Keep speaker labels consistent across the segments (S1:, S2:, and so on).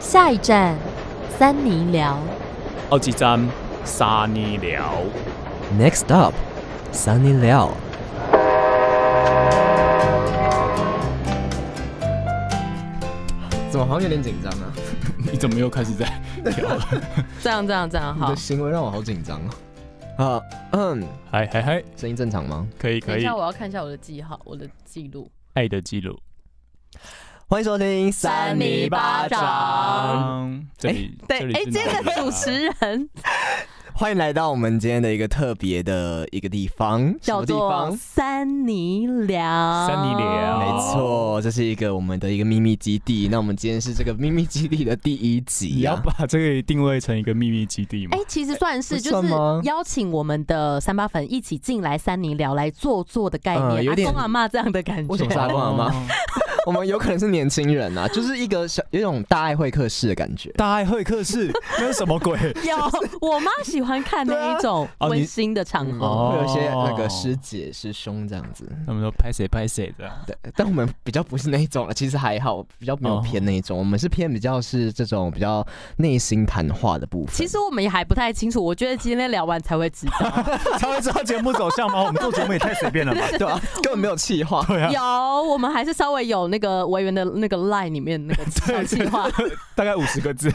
S1: 下一站，三尼寮。
S2: 好几站沙尼寮。
S3: Next up, Sunny Liao。
S4: 怎么好像有点紧张啊？
S2: 你怎么又开始在聊了？
S1: 这样这样这样
S4: 你
S1: 好
S4: 的。行为让我好紧张哦。
S3: 啊，嗯，
S2: 嗨嗨嗨，
S4: 声音正常吗？
S2: 可以
S1: 等
S2: 可
S1: 一
S2: 以
S1: 下，，我要看一下我的记号，我的记录。
S2: 爱的记录。
S3: 欢迎收听
S1: 三尼巴掌
S2: 嗯，这里
S1: 对
S2: 这，里
S1: 哎，
S2: 是
S1: 这
S2: 哪里
S1: 个
S2: 啊
S1: 主持人
S3: 欢迎来到我们今天的一个特别的一个地方，什
S1: 叫
S3: 么地
S1: 做哦
S3: 方？
S1: 三尼寮。
S2: 三尼寮
S3: 没错，这是一个我们的一个秘密基地。那我们今天是这个秘密基地的第一
S2: 你
S3: 集、
S2: 要
S3: 啊，
S2: 把这个定位成一个秘密基地吗
S1: 哎、？其实算是，
S4: 不
S1: 就
S4: 算
S1: 是
S4: 吗
S1: 邀请我们的三八粉一起进来三尼聊来坐坐的概念，
S2: 呃
S3: 嗯有点
S1: 阿公阿妈这样的感觉。
S3: 为什么是阿公阿妈？
S2: 哦
S3: 我们有可能是年轻人啊，就是一个小有一种大爱会客室的感觉。
S2: 大爱会客室，那是什么鬼？
S1: 有，我妈喜欢看那一种
S2: 哦你
S1: 温馨的场合。
S2: 哦
S3: 会有一些那个师姐师兄这样子，
S2: 他们说拍谁拍谁的，
S3: 对，但我们比较不是那一种了，其实还好，比较没有
S2: 哦
S3: 偏那一种，我们是偏比较是这种比较内心谈话的部分。
S1: 其实我们也还不太清楚，我觉得今天聊完才会知道。
S2: 才会知道节目走向吗？我们做节目也太随便 了吧？
S3: 对啊，根本没有气话，
S2: 对 啊，
S1: 有，我们还是稍微有那个维园的那个 line 里面那个小计 划，
S2: 大概五十个字。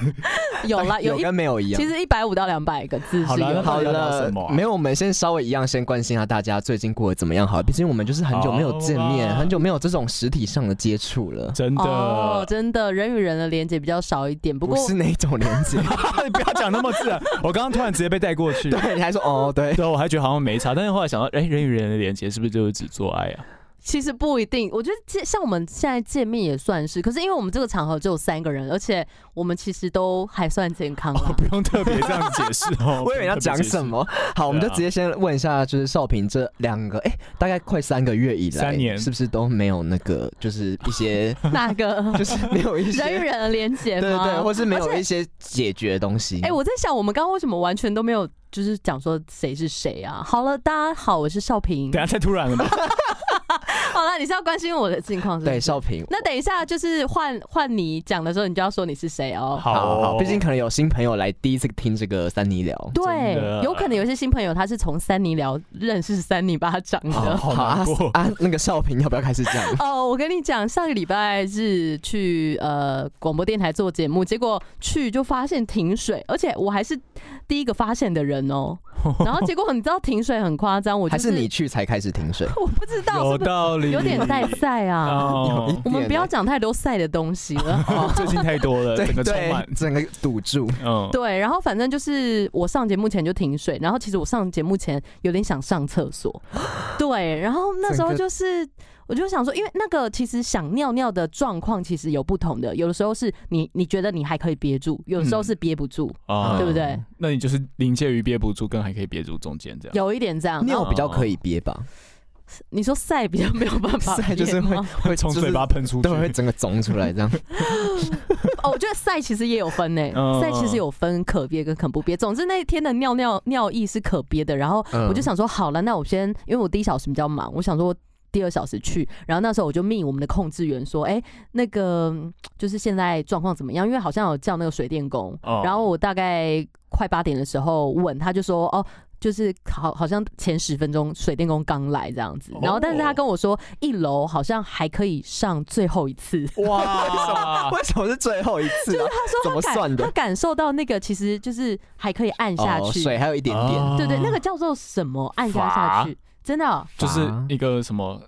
S1: 有啦，啊有
S3: 有
S1: 一
S3: 跟没有一样
S1: 其。实一百五到两百个字
S2: 好
S1: 是
S2: 啦
S1: 有
S2: 那
S1: 的。
S2: 到
S3: 好
S2: 底要聊
S3: 了
S2: 什么，啊
S3: 没有，我们先稍微一样，先关心一下大家最近过得怎么样好了，毕竟我们就是很久没有见面，
S2: 好吧
S3: 很久没有这种实体上的接触了，
S2: 真的，
S1: 哦，真的，人与人的连接比较少一点。不
S3: 不
S1: 过
S3: 是那种连 接。
S2: 你不要讲那么自然。我刚刚突然直接被带过去，
S3: 对，你还说哦，对，
S2: 对，我还觉得好像没差，但是后来想到，哎、人与人的连接是不是就是只做爱啊？
S1: 其实不一定，我觉得见像我们现在见面也算是，可是因为我们这个场合只有三个人，而且我们其实都还算健康啦
S2: 哦，。不用特别这样解释哦。
S3: 我以为你要讲什么。好，我们就
S2: 啊
S3: 直接先问一下，就是少平这两个，哎、大概快三个月以来，
S2: 三年
S3: 是不是都没有那个，就是一 些，
S1: 那个
S3: 就是没有一些，
S1: 人与人的连接
S3: 对
S1: 吗？
S3: 对对，或是没
S1: 而
S3: 有
S1: 且
S3: 一些解决的东西。
S1: 哎、我在想，我们刚刚为什么完全都没有就是讲说谁是谁啊？好了，大家好，我是少平
S2: 等。下太突然了吧？
S1: 好了，你是要关心我的近况是不
S3: 对
S1: 是？
S3: 少平，
S1: 那等一下就是换换你讲的时候，你就要说你是谁哦。
S2: 好
S3: 好好
S2: 哦
S3: 好，毕竟可能有新朋友来第一次听这个三尼聊。
S1: 对
S2: 真的，
S1: 有可能有些新朋友他是从三尼聊认识三尼巴掌的。
S2: 好
S3: 好啊
S2: 难过。
S3: 啊，那个少平要不要开始讲？
S1: 哦，我跟你讲，上个礼拜日去呃广播电台做节目，结果去就发现停水，而且我还是第一个发现的人 哦、然后结果你知道停水很夸 张，我就
S3: 还是你去才开始停水？
S1: 我不知道
S2: 有
S1: 是不是
S2: 道理，
S1: 有点带赛啊。
S2: 哦
S3: 有一
S1: 我们不要
S3: 点
S1: 讲太多赛的东西了。
S2: 哦最近太多了，
S3: 对
S2: 整个充满
S3: 对，。整个堵住。
S2: 嗯，
S1: 对，然后反正就是我上节目前就停水，然后其实我上节目前有点想上厕所，对，然后那时候
S3: 整个
S1: 就是我就想说，因为那个其实想尿尿的状况其实有不同的，有的时候是你你觉得你还可以憋住，有的
S3: 嗯
S1: 时候是憋不住，
S2: 哦
S1: 对不对？
S2: 那你就是临界于憋不住，跟还可以憋住中间这样。
S1: 有一点这样。然后
S3: 尿比较可以憋吧，
S1: 你说晒比较没有办 法憋吗，
S3: 塞就是会会
S2: 从嘴巴喷出去
S3: 对，，会整个肿出来这样。
S1: 哦，我觉得赛其实也有分呢、
S2: 嗯
S1: 赛其实有分可憋跟可不憋。总之那一天的尿尿尿意是可憋的，然后
S3: 嗯
S1: 我就想说，好了，那我先，因为我第一小时比较忙，我想说。第二小时去，然后那时候我就命我们的控制员说：“哎、那个嗯就是现在状况怎么样？因为好像有叫那个水电工。
S2: 哦
S1: 然后我大概快八点的时候问，他就说：“哦，就是好，好像前十分钟水电工刚来这样子。”然后但是他
S2: 哦
S1: 跟我说，一楼好像还可以上最后一次。
S2: 哇，
S3: 为什么是最后一次啊？怎
S1: 他
S3: 么
S1: 感
S3: 算
S1: 他
S3: 的？
S1: 感受到那个其实就是还可以按下
S3: 哦，
S1: 去，
S3: 水还有一点点。
S2: 哦
S1: 对对，那个叫做什么？按压下去，真的哦、
S2: 就是一个什么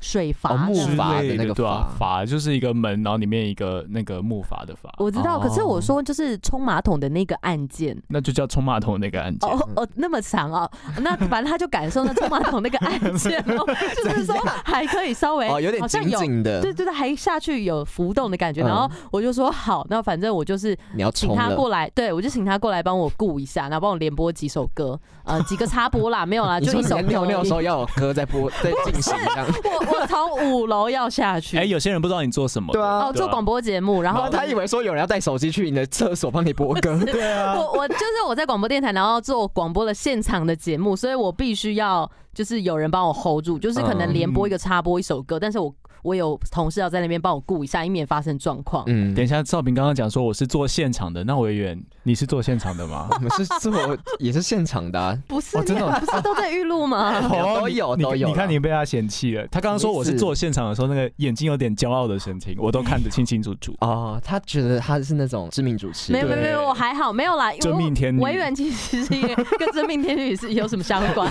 S1: 水阀、
S3: 哦木
S1: 这样
S2: 之
S3: 阀
S2: 类
S3: 那
S2: 的，
S3: 个
S2: 对啊，
S3: 阀
S2: 阀就是一个门，然后里面一个那个木阀的阀，
S1: 我知道，
S3: 哦
S1: 可是我说就是冲马桶的那个按键。
S2: 那就叫冲马桶那个按键。
S1: 哦
S3: 嗯
S1: 哦，那么长哦，那反正他就感受那冲马桶那个按键 哦，就是说还可以稍微
S3: 啊哦，有点
S1: 好像
S3: 紧
S1: 有
S3: 紧的
S1: 对，对对，还下去有浮动的感觉。
S3: 嗯
S1: 然后我就说好，那反正我就是
S3: 你要
S1: 请
S3: 冲
S1: 他
S3: 了。
S1: 过来，对我就请他过来帮我顾一下，然后帮我连播几首歌，呃，几个插播啦，没有啦，
S3: 你
S1: 就
S3: 说
S1: 一
S3: 你
S1: 首
S3: 在
S1: 歌
S3: 尿尿
S1: 而
S3: 的
S1: 已
S3: 时候要有歌在播，在进行 这样。
S1: 我我从五楼要下去，
S2: 哎，有些人不知道你做什么的，
S3: 对啊
S1: 哦，做广播节目，然后
S3: 哦，他以为说有人要带手机去你的厕所帮你播 歌，
S2: 对啊，
S1: 我我就是我在广播电台，然后做广播的现场的节
S2: 嗯
S1: 目，所以我必须要就是有人帮我 hold 住，就是可能连播一个插播一首歌，但是我我有同事要在那边帮我顾一下，以免发生状况。
S3: 嗯
S2: 等一下，赵平刚刚讲说我是做现场的，那我也远，你是做现场的吗？
S3: 我们是做也是现场的、 啊，
S1: 不是，
S2: 哦真的
S1: 你们不是都在预录吗？
S3: 有
S2: 你
S3: 有
S2: 你
S3: 都有
S2: 你看
S3: 啦
S2: 你被他嫌弃了。他刚刚说我是
S3: 什么意思
S2: 做现场的时候，那个眼睛有点骄傲的神情，我都看得清清楚楚。
S3: 哦，他觉得他是那种知名主持
S1: 没有
S3: 人，
S1: 没有没有，我还好，没有啦。因为
S2: 真命天女
S1: 我维园其实是一个跟真命天女是有什么相关？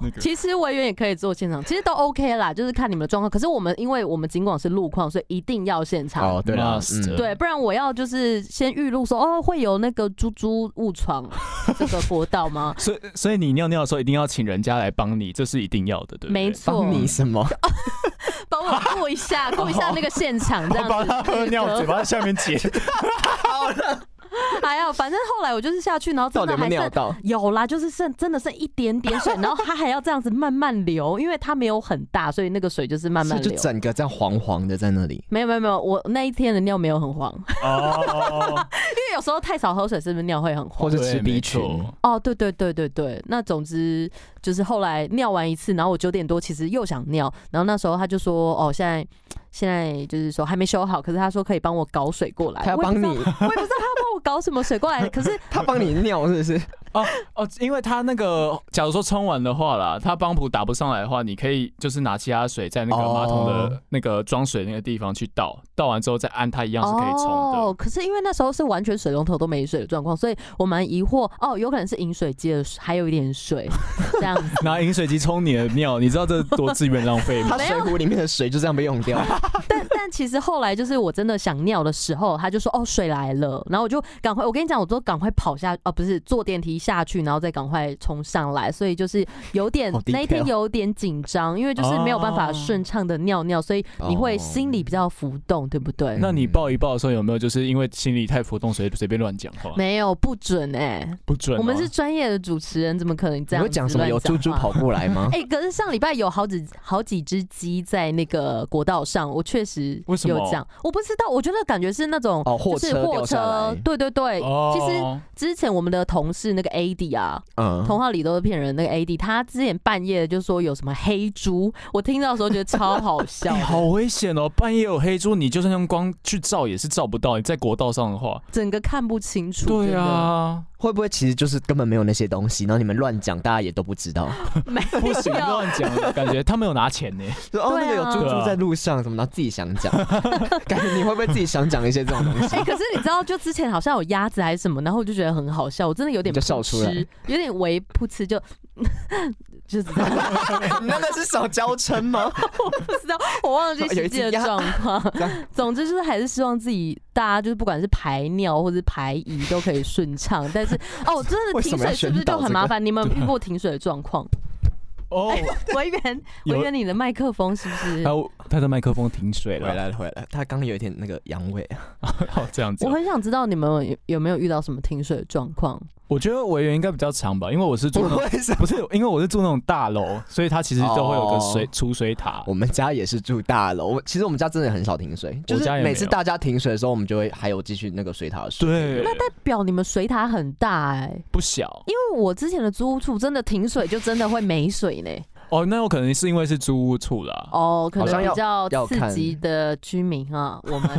S2: 那 个
S1: 其实维园也可以做现场，其实都 OK 啦，就是看你们的状况。可是我们因为我们尽管是路况，所以一定要现场。
S3: 哦，对了，
S2: Master
S3: 嗯
S1: 对，不然我要就是先预录说哦，会有那个猪猪误闯 这个国道吗？
S2: 所以所以你尿尿的时候一定要请人家来帮你，这是一定要的，对不对？
S1: 没错
S3: 帮，你什么？
S1: 帮我过一下，过一下那个现场这样
S2: 我
S1: 子。
S2: 把他喝尿，嘴巴下面结。
S1: 还好，哎反正后来我就是下去，然后真
S3: 到
S1: 的
S3: 底有没
S1: 还剩
S3: 有尿到？
S1: 有啦，就是剩真的剩一点点水，然后它还要这样子慢慢流，因为它没有很大，所以那个水就是慢
S3: 是
S1: 慢
S3: 就
S1: 流。
S3: 整个这样黄黄的在那里，
S1: 没有没有没有，我那一天的尿没有很黄，因
S2: 哦，
S1: 为有时候太少喝水是不是尿会很黄？
S3: 或是吃
S2: 对
S3: B
S2: 没
S3: 群，
S2: 错
S1: 哦，对对对对对，那总之就是后来尿完一次，然后我九点多其实又想尿，然后那时候他就说哦，现在现在就是说还没修好，可是他说可以帮我搞水过来，
S3: 他
S1: 哎
S3: 要
S1: 我也
S3: 帮
S1: 不知道
S3: 你，
S1: 我也不知道他要帮我搞什么水过来，可是
S3: 他帮你尿是不是？
S2: 哦，因为他那个，假如说冲完的话啦，他帮浦打不上来的话，你可以就是拿其他水在那个马桶
S3: 哦
S2: 的那个装水那个地方去倒，倒完之后再按，它一样是可以冲
S1: 哦
S2: 的。，
S1: 可是因为那时候是完全水龙头都没水的状况，所以我蛮疑惑哦，有可能是饮水机的水还有一点水这样 子。
S2: 拿饮水机冲你的尿，你知道这多资源浪费吗
S3: 他？水壶里面的水就这样被用掉，
S1: 但但其实后来就是我真的想尿的时候，他就说哦水来了，然后我就赶快，我跟你讲，我都赶快跑下哦，不是坐电梯下去，然后再赶快冲上来，所以就是有点
S3: 好 detail
S1: 那一天有点紧张，因为就是没有办法
S2: 哦
S1: 顺畅的尿尿，所以你
S3: 哦
S1: 会心里比较浮动，对不对？
S2: 那你抱一抱的时候有没有就是因为心里太浮动，所以随便乱讲话？
S1: 没有不准哎、
S2: 不准哦、
S1: 我们是专业的主持人，怎么可能这
S3: 你
S1: 样？
S3: 会讲什么？有猪猪。跑过来吗？
S1: 哎、可是上礼拜有好几好几只鸡在那个国道上，我确实
S2: 为什
S1: 有
S2: 么
S1: 这样，我不知道，我觉得感觉是那种
S3: 哦，货
S1: 就是
S3: 车
S1: 货
S3: 掉下
S1: 车
S3: 来，，
S1: 对对对。
S2: 哦，
S1: 哎其实之前我们的同事那个 AD 啊，
S3: 嗯
S1: 同号里都是骗人那个 AD，他之前半夜就说有什么黑猪，我听到的时候觉得超好 笑
S2: 哎
S1: 的，
S2: 好危险哦！半夜有黑猪，你就算用光去照也是照不到。你在国道上的话，
S1: 整个看不清楚。
S2: 对啊，
S3: 会不会其实就是根本没有那些东西，然后你们乱讲，大家也都不知 道？
S1: 真的，没有
S2: 不行乱讲，感觉他没有拿 钱呢。
S3: 说哦，
S1: 对
S3: 那
S1: 啊
S3: 个有猪猪在路上，什么，然后自己想 讲，感觉你会不会自己想讲一些这种 东西？
S1: 哎、可是你知道，就之前好像有鸭子还是什么，然后我就觉得很好笑，我真的有点
S3: 你就笑
S1: 噗嗤
S3: 出来
S1: 有点微噗嗤，就 就是这样，
S3: 你那个是手交撑吗？
S1: 不知道 我忘记
S3: 有
S1: 实
S3: 一
S1: 际的
S3: 只鸭
S1: 状况
S3: 这样。
S1: 总之就是还是希望自己大家就是不管是排尿或是排遗都可以顺畅，但 是哦，真的
S3: 为什
S1: 停
S3: 么要
S1: 水是不是
S3: 宣导
S1: 就很
S3: 这
S1: 麻
S3: 个
S1: 烦？你们有遇过停水的状况？
S2: 哦，
S1: 维 园，
S2: 有
S1: 维园，你的麦克风是不是？
S2: 他他的麦克风停水
S3: 回
S2: 了，
S3: 来了，回来了，他刚刚有一点那个阳痿，
S2: 好这样子
S1: 我
S2: 哦。
S1: 很想知道你们有有没有遇到什么停水的状况？
S2: 我觉得委员应该比较长吧，因为我是住那种
S3: 为什么？
S2: 不是，因为我是住那种大楼，所以它其实都会有个水
S3: 哦
S2: 储水塔。
S3: 我们家也是住大楼，我其实我们家真的很少停水，就是
S2: 家也没有
S3: 每次大家停水的时候，我们就会还有继续那个水塔的水。
S2: 对，
S1: 表你们水塔很大哎、
S2: 不小
S1: 因为我之前的租屋处真的停水就真的会没水呢。
S2: 哦，那有可能是因为是租屋处啦，
S1: 哦，可能
S3: 好像
S1: 比
S3: 要
S1: 较
S3: 要
S1: 刺
S3: 看
S1: 激的居民啊，我们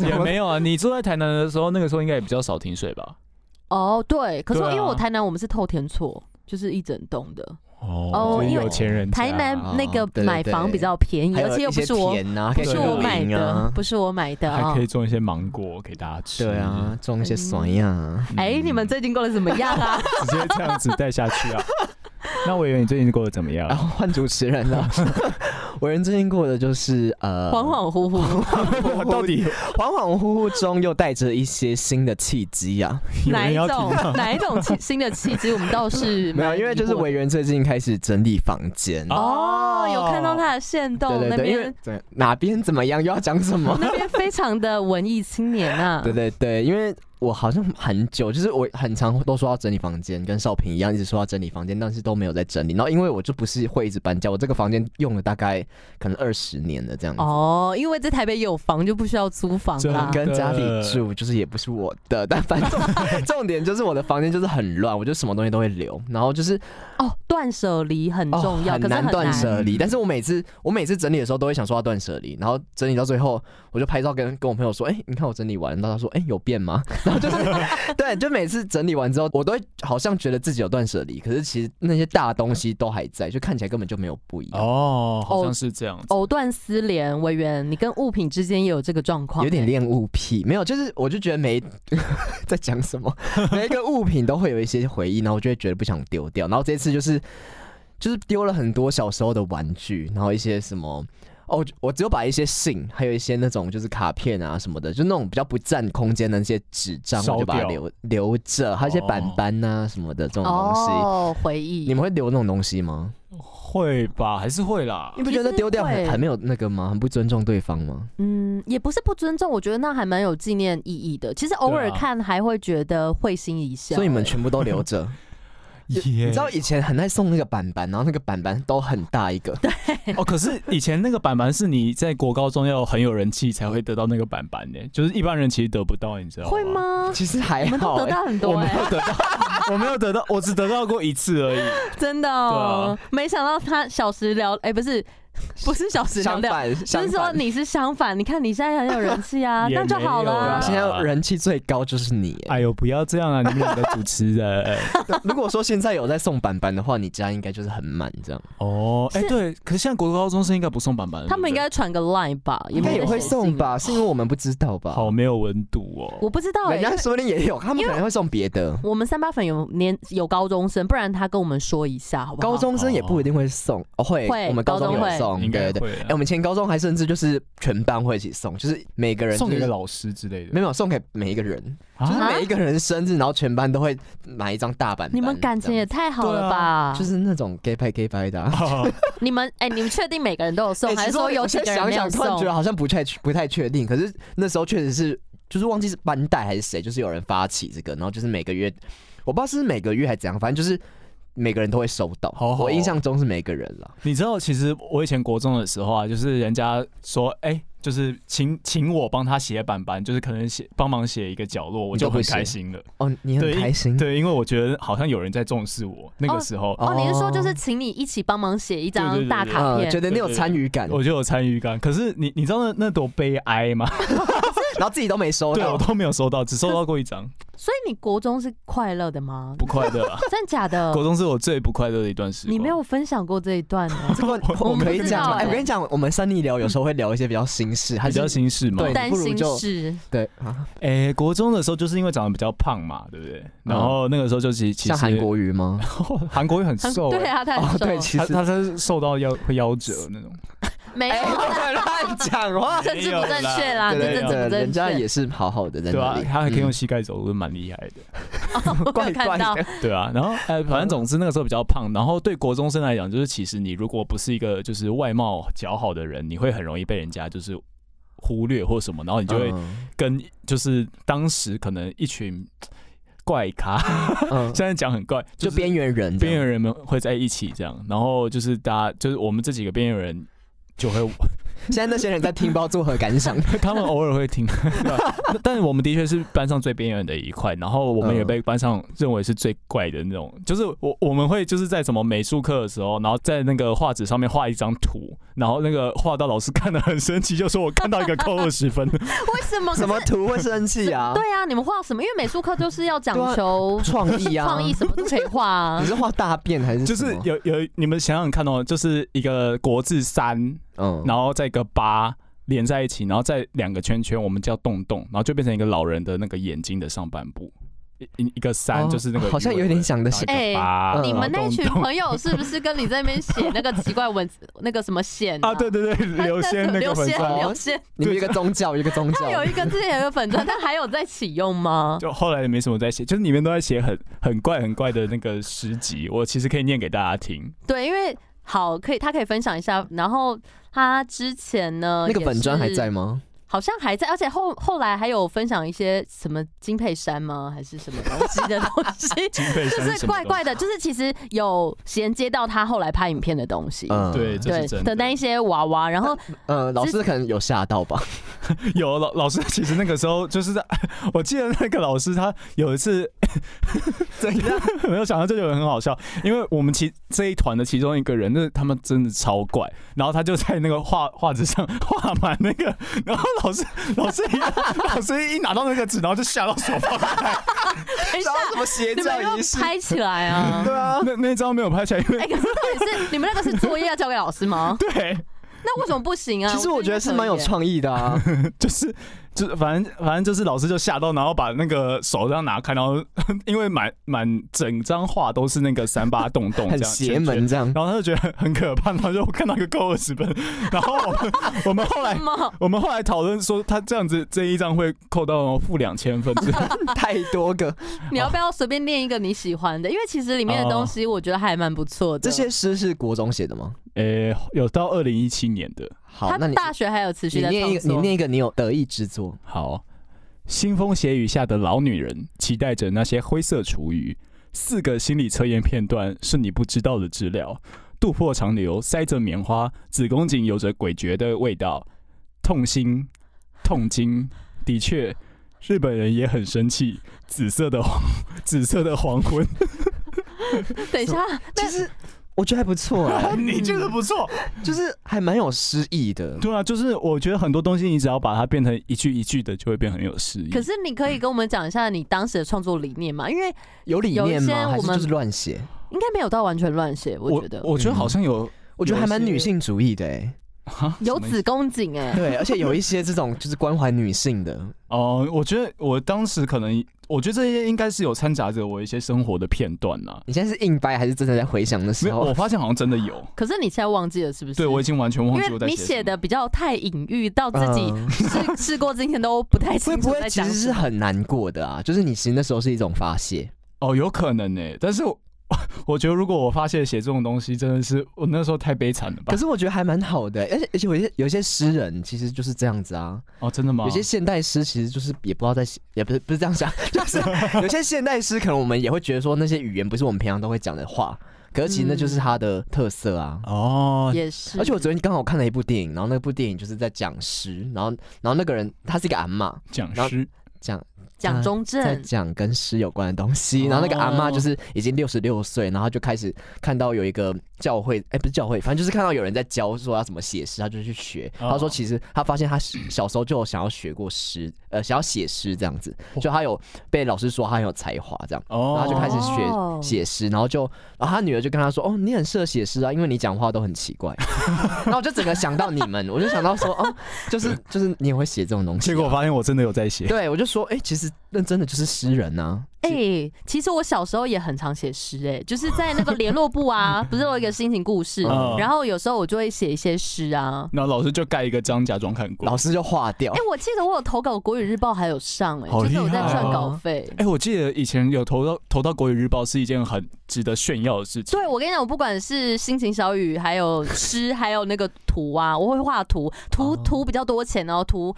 S2: 也没有啊。你住在台南的时候，那个时候应该也比较少停水吧？
S1: 哦对，可是
S2: 对
S1: 因为
S2: 啊
S1: 我台南我们是透天厝，就是一整栋的。哦
S2: 哦
S1: 就是因为
S2: 有
S1: 有
S2: 钱
S3: 钱
S2: 人
S1: 台南那个
S3: 哦嗯对对
S1: 买房比较便宜，
S3: 还有
S1: 而且又
S3: 一
S1: 不
S3: 些
S1: 是我，
S3: 田啊，
S1: 不
S3: 可以
S1: 是
S2: 对
S1: 我
S2: 露
S1: 买
S3: 露营啊
S1: 的，不是我买的
S2: 还
S1: 啊
S2: 可。以种一些芒果给大家吃。嗯
S3: 对啊，，种一些酸呀。
S1: 哎，你们最近过得怎么样 啊？
S2: 直接这样子带下去 啊。那委员，你最近过得怎么样
S3: 然？
S1: 啊
S3: 后换主持人 了，我人最近过的就是呃，
S1: 恍恍惚 惚，
S2: 到底
S3: 恍恍惚惚中又带着一些新的契机啊，
S2: 有
S1: 哪
S2: 人
S1: 一
S2: 要
S1: 种
S2: 听吗？
S1: 哪一种气新的契机，我们倒是
S3: 没有，
S1: 蛮
S3: 因为就是
S1: 疑惑
S3: 委员最近开始整理房间，
S2: 啊
S1: 哦，有看到他的线
S3: 对
S1: 动
S3: 对
S1: 那
S3: 对，因为
S1: 边，，
S3: 对哪边怎么样又要讲什 么
S1: 那边非常的文艺青年啊。
S3: 对对对，因为我好像很久，就是我很常都说要整理房间，跟少平一样一直说要整理房间，但是都没有在整理。然后因为我就不是会一直搬家，我这个房间用了大概可能二十年了这样子。
S1: 哦，因为在台北有房就不需要租房
S2: 真
S1: 啦。
S3: 跟家里住，就是也不 是我的，但反正重点就是我的房间就是很乱，我就什么东西都会留，然后就是
S1: 哦，断舍离很
S3: 哦
S1: 重要，可
S3: 很
S1: 是
S3: 难
S1: 很
S3: 断
S1: 难。
S3: 舍离。但是我每次我每次整理的时候都会想说要断舍离，然后整理到最后，我就拍照跟跟我朋友说，哎、你看我整理完，然后他说，哎、有变吗？ 然 后就是对，就每次整理完之后，我都会好像觉得自己有断舍离，可是其实那些大东西都还在，就看起来根本就没有不一样，
S2: 哦，好像是这样子。
S1: 藕断丝连，委员，你跟物品之间也有这个状况，欸
S3: 有点恋物癖。没有，就是我就觉得每 在讲 什么，每一个物品都会有一些回忆，然后我就会觉得不想丢掉。然后这次就是就是丢了很多小时候的玩具，然后一些什么。哦，我只有把一些信，还有一些那种就是卡片啊什么的，就那种比较不占空间的那些纸张，
S2: 烧
S3: 我就把它
S2: 掉
S3: 留留着，还有一些板
S2: 哦
S3: 板啊什么的这种东西。
S1: 哦，回忆。
S3: 你们会留那种东西吗？
S2: 会吧，还是会啦
S3: 你。不觉
S1: 其
S3: 得
S1: 实
S3: 丢掉很
S1: 会
S3: 很没有那个吗？很不尊重对方吗？
S1: 嗯，也不是不尊重，我觉得那还蛮有纪念意义的。其实偶尔
S2: 对啊
S1: 看还会觉得会心一笑、
S3: 所以你们
S1: 欸
S3: 全部都 留着。
S2: 你
S3: 你知道以前很爱送那个板板，然后那个板板都很大一个，
S2: 哦，可是以前那个板板是你在国高中要很有人气才会得到那个板板的，就是一般人其实得不到，你知道
S1: 会？吗？
S3: 其实还
S1: 啊我们都
S3: 好、
S1: 得
S3: 啊欸。
S1: 到很
S2: 我
S1: 多、
S2: 没
S1: 欸，
S2: 有得到，我没有得到，我只得到过一次而已。
S1: 真的、哦
S3: 啊
S1: 没想到他小时聊，哎、不是，不是小时聊
S3: 相
S1: 聊，
S3: 反，
S1: 就
S3: 相
S1: 是说
S3: 反，
S1: 你是相反，你看你现在很有人气 啊，
S2: 也
S1: 那就好了、
S2: 没有啦
S3: 现在人气最高就是你、欸。
S2: 哎呦，不要这样啊！你们两个主持人。
S3: 如果说现在有在送板板的话，你家应该就是很满这样。
S2: 哦，哎、
S1: 是
S2: 对，可是现在国高中生应该不送板板了，
S1: 他们应
S2: 对
S1: 该传个 line 吧，
S3: 应该
S1: 没有
S3: 也会
S1: 写信
S3: 送。吧？是因为我们不知道吧？
S2: 不对好没有温度哦。
S1: 我不知道、欸，
S3: 人
S1: 因
S3: 家
S1: 为
S3: 说不定也有，他们可能会送别的。
S1: 我们三八粉有年有高中生，不然他跟我们说一下好不好？
S3: 高中生也不一定会送，哦会，
S1: 会
S3: 我们高中
S1: 高中
S3: 有
S1: 会
S3: 送，
S2: 应该
S3: 对对对。
S2: 会啊
S3: 哎、我们以前高中还甚至就是全班会一起送，就是每个人、就
S2: 送
S3: 是、
S2: 给一个老师之类的
S3: 没。有送给每一个人，就是
S2: 啊，
S1: 啊
S3: 每一个人生日，然后全班都会买一张大板板。
S1: 你们感情也啊哦太好了吧？
S3: 就是是那种 gay 派 gay 派的、啊。
S1: 你们哎、你们确定每个人都有送，
S3: 欸
S1: 还
S3: 其
S1: 是
S3: 实
S1: 说
S3: 我
S1: 有
S3: 我
S1: 几
S3: 现
S1: 个
S3: 在
S1: 人
S3: 想
S1: 没有
S3: 想，突然觉得
S1: 送？
S3: 好像不太不太确定。可是那时候确实是，就是忘记是班代还是谁，就是有人发起这个，然后就是每个月，我不知道是不是每个月还怎样，反正就是每个人都会收到。
S2: 好好哦
S3: 我印象中是每个人了。
S2: 你知道，其实我以前国中的时候啊，就是人家说，哎、就是请请我帮他写板板，就是可能写帮忙写一个角落，我
S3: 你都
S2: 就很
S3: 会写
S2: 开心了。
S3: 哦，你很
S2: 对
S3: 开心。
S2: 对，因为我觉得好像有人在重视我。那个时候，
S1: 哦，你是说就是请你一起帮忙写一
S2: 对
S1: 张
S2: 对对
S1: 大
S2: 对
S1: 卡
S3: 呃，
S1: 片？
S3: 觉得你有参与感，
S2: 我就有参与感。可是你你知道那那多悲哀吗？
S3: 然后自己都没收
S2: 对我
S3: 到。？
S2: 都没有收到，只收到过一张，
S1: 所以你国中是快乐的吗？
S2: 不快乐啊。
S1: 真假的？
S2: 国中是我最不快乐的一段时光。
S1: 你没有分享过这一段哦呢
S3: 这个
S1: 我
S3: 我
S1: 们
S3: 可以
S1: 不知
S3: 讲
S1: 道
S3: 吗，哎，
S1: 欸
S3: 我跟你讲，我们三立聊有时候会聊一些比较心事，还
S2: 比
S3: 是
S2: 较心事吗？
S3: 对
S1: 担
S3: 不如
S1: 心
S3: 就是对啊，
S2: 哎、国中的时候就是因为长得比较胖嘛，对不对？然后那个时候就其其实
S3: 像韩国瑜吗？
S2: 韩国也很瘦、
S1: 对
S2: 哎
S1: 啊，他
S3: 哦
S1: 很，
S3: 对，
S1: 瘦，
S3: 其
S2: 他
S3: 实
S2: 他是瘦到腰会夭折那种。
S1: 没有
S3: 哎，乱讲话。
S1: 政治不正确啦，这
S3: 对对
S1: 政治
S3: 对，
S1: 不
S3: 人
S1: 正
S3: 家
S1: 确。
S3: 也是好好的在
S2: 对
S3: 那
S2: 啊
S3: 里，，
S2: 他还可以用
S3: 嗯
S2: 膝盖走路，蛮厉害的。
S1: 我
S3: 怪
S1: 有
S3: 怪
S1: 看到
S3: 的，
S2: 对啊，然后呃，反正总之那个时候比较胖，然后对国中生来讲，就是其实你如果不是一个就是外貌姣好的人，你会很容易被人家就是忽略或什么，然后你就会
S3: 嗯
S2: 跟就是当时可能一群怪咖，
S3: 嗯
S2: 现在讲很怪，
S3: 就是边缘人这
S2: 边
S3: 样，
S2: 缘人们会在一起这样，然后就是大家就是我们这几个边缘人就会，
S3: 现在那些人在听，不知道作何感想。
S2: 他们偶尔会听， 对但我们的确是班上最边缘的一块，然后我们也被班上认为是最怪的那种，就是我我们会就是在什么美术课的时候，然后在那个画纸上面画一张图，然后那个画到老师看的很生气，就说我看到一个扣二十分，
S1: 为什么？
S3: 什么
S1: 可是
S3: 图会生气 啊？
S1: 对啊，你们画什么？因为美术课就是要讲
S3: 对啊
S1: 求
S3: 创意啊，
S1: 创意，什么都可以画啊
S3: 你。是画大便还是
S2: 就
S3: 什
S2: 是
S3: 么
S2: 有有你们想想看哦，就是一个国字三，
S3: 嗯
S2: 然后再一个八连在一起，然后再两个圈圈，我们叫洞洞，然后就变成一个老人的那个眼睛的上半部，一一一个三
S3: 哦
S2: 就是那个鱼尾纹、
S3: 好像有点想得
S2: 然后一个
S1: 哎
S2: 八
S3: 嗯
S1: 你们那群
S2: 然后洞洞
S1: 朋友是不是跟你在那边写那个奇怪文字，那个什么显
S2: 啊，对对对，
S1: 他
S2: 刘先那个
S1: 刘
S2: 粉
S3: 哎
S1: 先
S2: 钻，
S1: 刘先，
S3: 你们一个宗教，一个宗
S1: 他
S3: 教，
S1: 有一个之前有一个粉钻，他还有在启用 吗？
S2: 就后来也没什么在写，就是里面都在写很很怪很怪的那个诗集，我其实可以念给大家 听。？
S1: 对，因为好可以，他可以分享一下。然后他之前呢，
S3: 那个粉砖还在
S1: 吗？
S3: 吗？
S1: 好像还在，而且后后来还有分享一些什么金佩珊吗？还是什么东西的东西
S2: 金 佩
S1: 就
S2: 珊
S1: 是
S2: 什么
S1: 怪
S2: 东
S1: 怪的，就是其实有衔接到他后来拍影片的东西，
S3: 嗯，
S2: 对这
S1: 对
S2: 是真的
S1: 的那一些娃娃，然后
S3: 呃，老师可能有吓 到吧？
S2: 有老老师，其实那个时候就是在，我记得那个老师他有一次
S4: 怎样？
S2: 没有想到这就很好笑，因为我们其这一团的其中一个人，那他们真的超怪，然后他就在那个画画纸上 画满那个，然后老师老师一老师一拿到那个纸，然后就吓到手放开，
S1: 等一下
S4: 搞，什么邪
S1: 你们
S4: 教
S1: 要
S4: 仪式？
S1: 拍起来 啊！
S4: 对啊，
S2: 那那张没有拍起来，因
S1: 哎、
S2: 为
S1: 可是到底是你们那个是作业要交给老师 吗？
S2: 对，
S1: 那为什么不行啊？
S3: 其实我觉得是蛮有
S1: 创。
S3: 创意 的啊，
S2: 就是就反正反正就是老师就吓到，然后把那个手这样拿开，然后 因为满满整张画都是那个三八洞洞这
S3: 很
S2: 样
S3: 邪门这样。
S2: 然后他就觉得很可怕，然后就看到一个扣二十分，然后我们我们后来
S1: 吗？
S2: 我们后来讨论说，他这样子这一张会扣到负两千分之类的，
S3: 太多个，
S1: 你要不要随便念一个你喜欢的？因为其实里面的东西我觉得还蛮不错的。
S3: 哦这些诗是国中写的吗？
S2: 诶、有到二零一七年的。
S3: 好
S1: 他，
S3: 那你
S1: 大学还有持续
S3: 你
S1: 在
S3: 念一
S1: 创
S3: 个，你
S1: 作。
S3: 念一个，你有得意之作。
S2: 好，腥风血雨下的老女人，期待着那些灰色厨余。四个心理测验片段是你不知道的治疗。渡破长流，塞着棉花，子宫颈有着诡谲的味道，痛心，痛经。的确，日本人也很生气。紫色的黄，紫色的黄昏，
S1: 等一下，
S3: 其实我觉得还不错 啊，
S2: 你这个不错。
S3: 就是还蛮有诗意的。
S2: 对啊，就是我觉得很多东西，你只要把它变成一句一句的，就会变很有诗意。
S1: 可是你可以跟我们讲一下你当时的创作理念嘛？因为
S3: 有理
S1: 有一
S3: 念
S1: 些
S3: 吗？还
S1: 我
S3: 是
S1: 们
S3: 就是乱写？
S1: 应该没有到完全乱写，我觉得
S2: 我觉得好像有
S3: 我觉得还蛮
S2: 有一些
S3: 女性主义的哎、
S2: 啊
S1: 有
S2: 什么意思
S1: 子宫颈哎，
S3: 对，而且有一些这种 就是关怀女性的，
S2: 哦、我觉得我当时可能，我觉得这些应该是有掺杂着我一些生活的片段啦。
S3: 你现在是硬掰还是真的在回想的
S2: 没
S3: 时
S2: 有，我
S3: 候？
S2: 发现好像真的 有。
S1: 可是你现在忘记了是不是？
S2: 对，我已经完全忘
S1: 因
S2: 记我
S1: 为
S2: 在
S1: 你
S2: 写
S1: 写
S2: 什么
S1: 的比较太隐喻，到自己
S3: 嗯
S1: 试试过之前都不太
S3: 会
S1: 清
S3: 不
S1: 楚
S3: 会
S1: 在
S3: 其
S1: 讲
S3: 实
S1: 什
S3: 是
S1: 么。
S3: 很难过的啊？就是你其实那时候是一种发泄，
S2: 哦，有可能呢、但是我 我觉得如果我发现写这种东西，真的是我那时候太悲惨了吧
S3: 可？是我觉得还蛮好的欸、而且而且有一些有一些诗人其实就是这样子啊，
S2: 哦，真的吗？
S3: 有些现代诗其实就是也不知道在写，也不是不是这样想， 就是有些现代诗可能我们也会觉得说那些语言不是我们平常都会讲的话，可是其实那就是它的特色啊。
S2: 哦，
S1: 也是，
S3: 而且我昨天刚好看了一部电影，然后那部电影就是在讲诗，然后然后那个人他是一个阿嬷，
S2: 讲
S3: 然后
S2: 师
S3: 讲
S1: 蒋中
S3: 呃在
S1: 正
S3: 讲跟诗有关的东西，
S2: 嗯哦
S3: 然后那个阿嬷就是已经六十六岁，然后就开始看到有一个教会，哎、不是教会，反正就是看到有人在教说要怎么写诗，他就去学。
S2: 哦
S3: 他说其实他发现他小时候就有想要学过诗，呃，想要写诗这样子，就他有被老师说他很有才华这样。
S2: 哦，
S3: 然后就开始
S1: 哦
S3: 学写诗，然后就，然后他女儿就跟他说：“哦，你很适合写诗啊，因为你讲话都很奇 怪。”然后我就整个想到你们，我就想到说，哦，就是就是你也会写这种东西、
S2: 结果我，发现我真的有在写。
S3: 对我就说，哎、其实那真的就是诗人啊呐、
S1: 哎、其实我小时候也很常写诗，哎，就是在那个联络簿啊，不是有一个心情故事，
S2: 嗯
S1: 然后有时候我就会写一些诗啊。
S2: 然后老师就盖一个章，假装看过。
S3: 老师就化掉，
S1: 哎、。我记得我有投稿《国语日报》，还有上、哎，
S2: 好
S1: 就
S2: 厉
S1: 是
S2: 害
S1: 我在赚
S2: 哦
S1: 稿费。
S2: 哎、我记得以前有投到投到国语日报是一件很值得炫耀的事情。
S1: 对，我跟你讲，我不管是心情小雨，还有诗，还有那个图啊，我会画图，图图比较多钱哦，图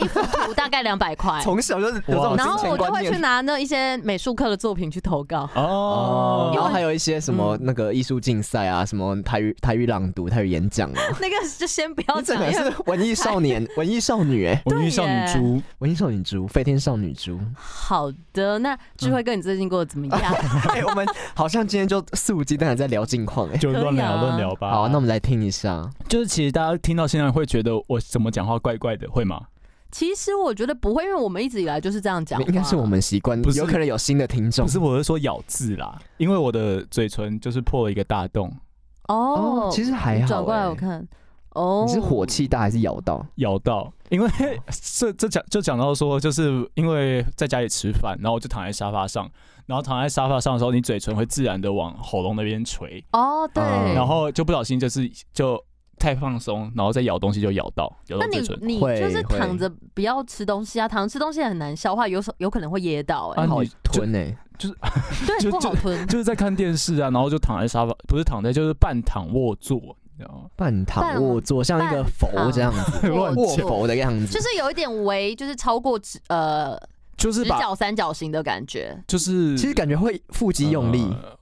S1: 一一幅图大概两百块
S3: 从小就是有这种
S2: 哇
S1: 哎然
S3: 金
S1: 后
S3: 钱
S1: 我就
S3: 观
S1: 会去
S3: 念。
S1: 拿那一些美术课的作品去投 稿。
S2: 哦
S3: 哦，，
S1: 因
S3: 然
S1: 为
S3: 后还有一些什么
S1: 嗯
S3: 那个艺术竞赛啊，什么台语台语朗读、台语演讲啊，
S1: 那个就先不要
S3: 你整
S1: 讲，
S3: 个
S1: 因为
S3: 是文艺少年、文艺少女哎、
S2: 文艺少女
S1: 耶
S2: 猪。
S3: 文艺少女猪、飞天少女猪。
S1: 好的。那智慧哥，你最近过得怎么样？
S3: 哎、我们好像今天就肆无忌惮的在聊近况哎、
S2: 就
S1: 可以
S2: 乱聊
S1: 啊
S2: 乱聊吧。
S3: 好，那我们来听一下。
S2: 就是其实大家听到现在会觉得我怎么讲话怪怪的，会吗？
S1: 其实我觉得不会，因为我们一直以来就是这样讲话。
S3: 应该是我们习惯
S2: 不，是
S3: 有可能有新的听众
S2: 不。是，我是说咬字啦，因为我的嘴唇就是破了一个大洞，
S1: 哦，
S3: 其实还好。
S1: 转过来
S3: 哎
S1: 我看，哦，
S3: 你是火气大还是咬到？
S2: 咬到。因为
S3: 哦
S2: 这这讲就讲到说，就是因为在家里吃饭，然后我就躺在沙发上，然后躺在沙发上的时候，你嘴唇会自然的往喉咙那边垂，
S1: 哦，对。
S3: 嗯
S2: 然后就不小心就是就太放松，然后再咬东西就咬到，咬
S1: 那
S2: 到
S1: 你
S2: 嘴唇。
S1: 你
S3: 会
S1: 就是
S3: 会
S1: 躺着不要吃东西啊，躺着吃东西很难消化，有时候有可能会噎到哎、
S2: 啊，
S3: 好
S2: 你就
S3: 吞哎、
S1: 对，
S2: 就
S1: 不好 吞。
S2: 就是在看电视啊，然后就躺在沙发，不是躺在，就是半躺卧坐，你知道吗？
S3: 半躺
S1: 半
S3: 卧坐，像一个佛这样子，
S1: 我
S2: 乱
S3: 卧
S2: 讲
S3: 佛的样子。
S1: 就是有一点围，就是超过直呃
S2: 就是
S1: 直
S2: 把
S1: 角三角形的感觉。
S2: 就是
S3: 其实感觉会腹肌用力，
S2: 呃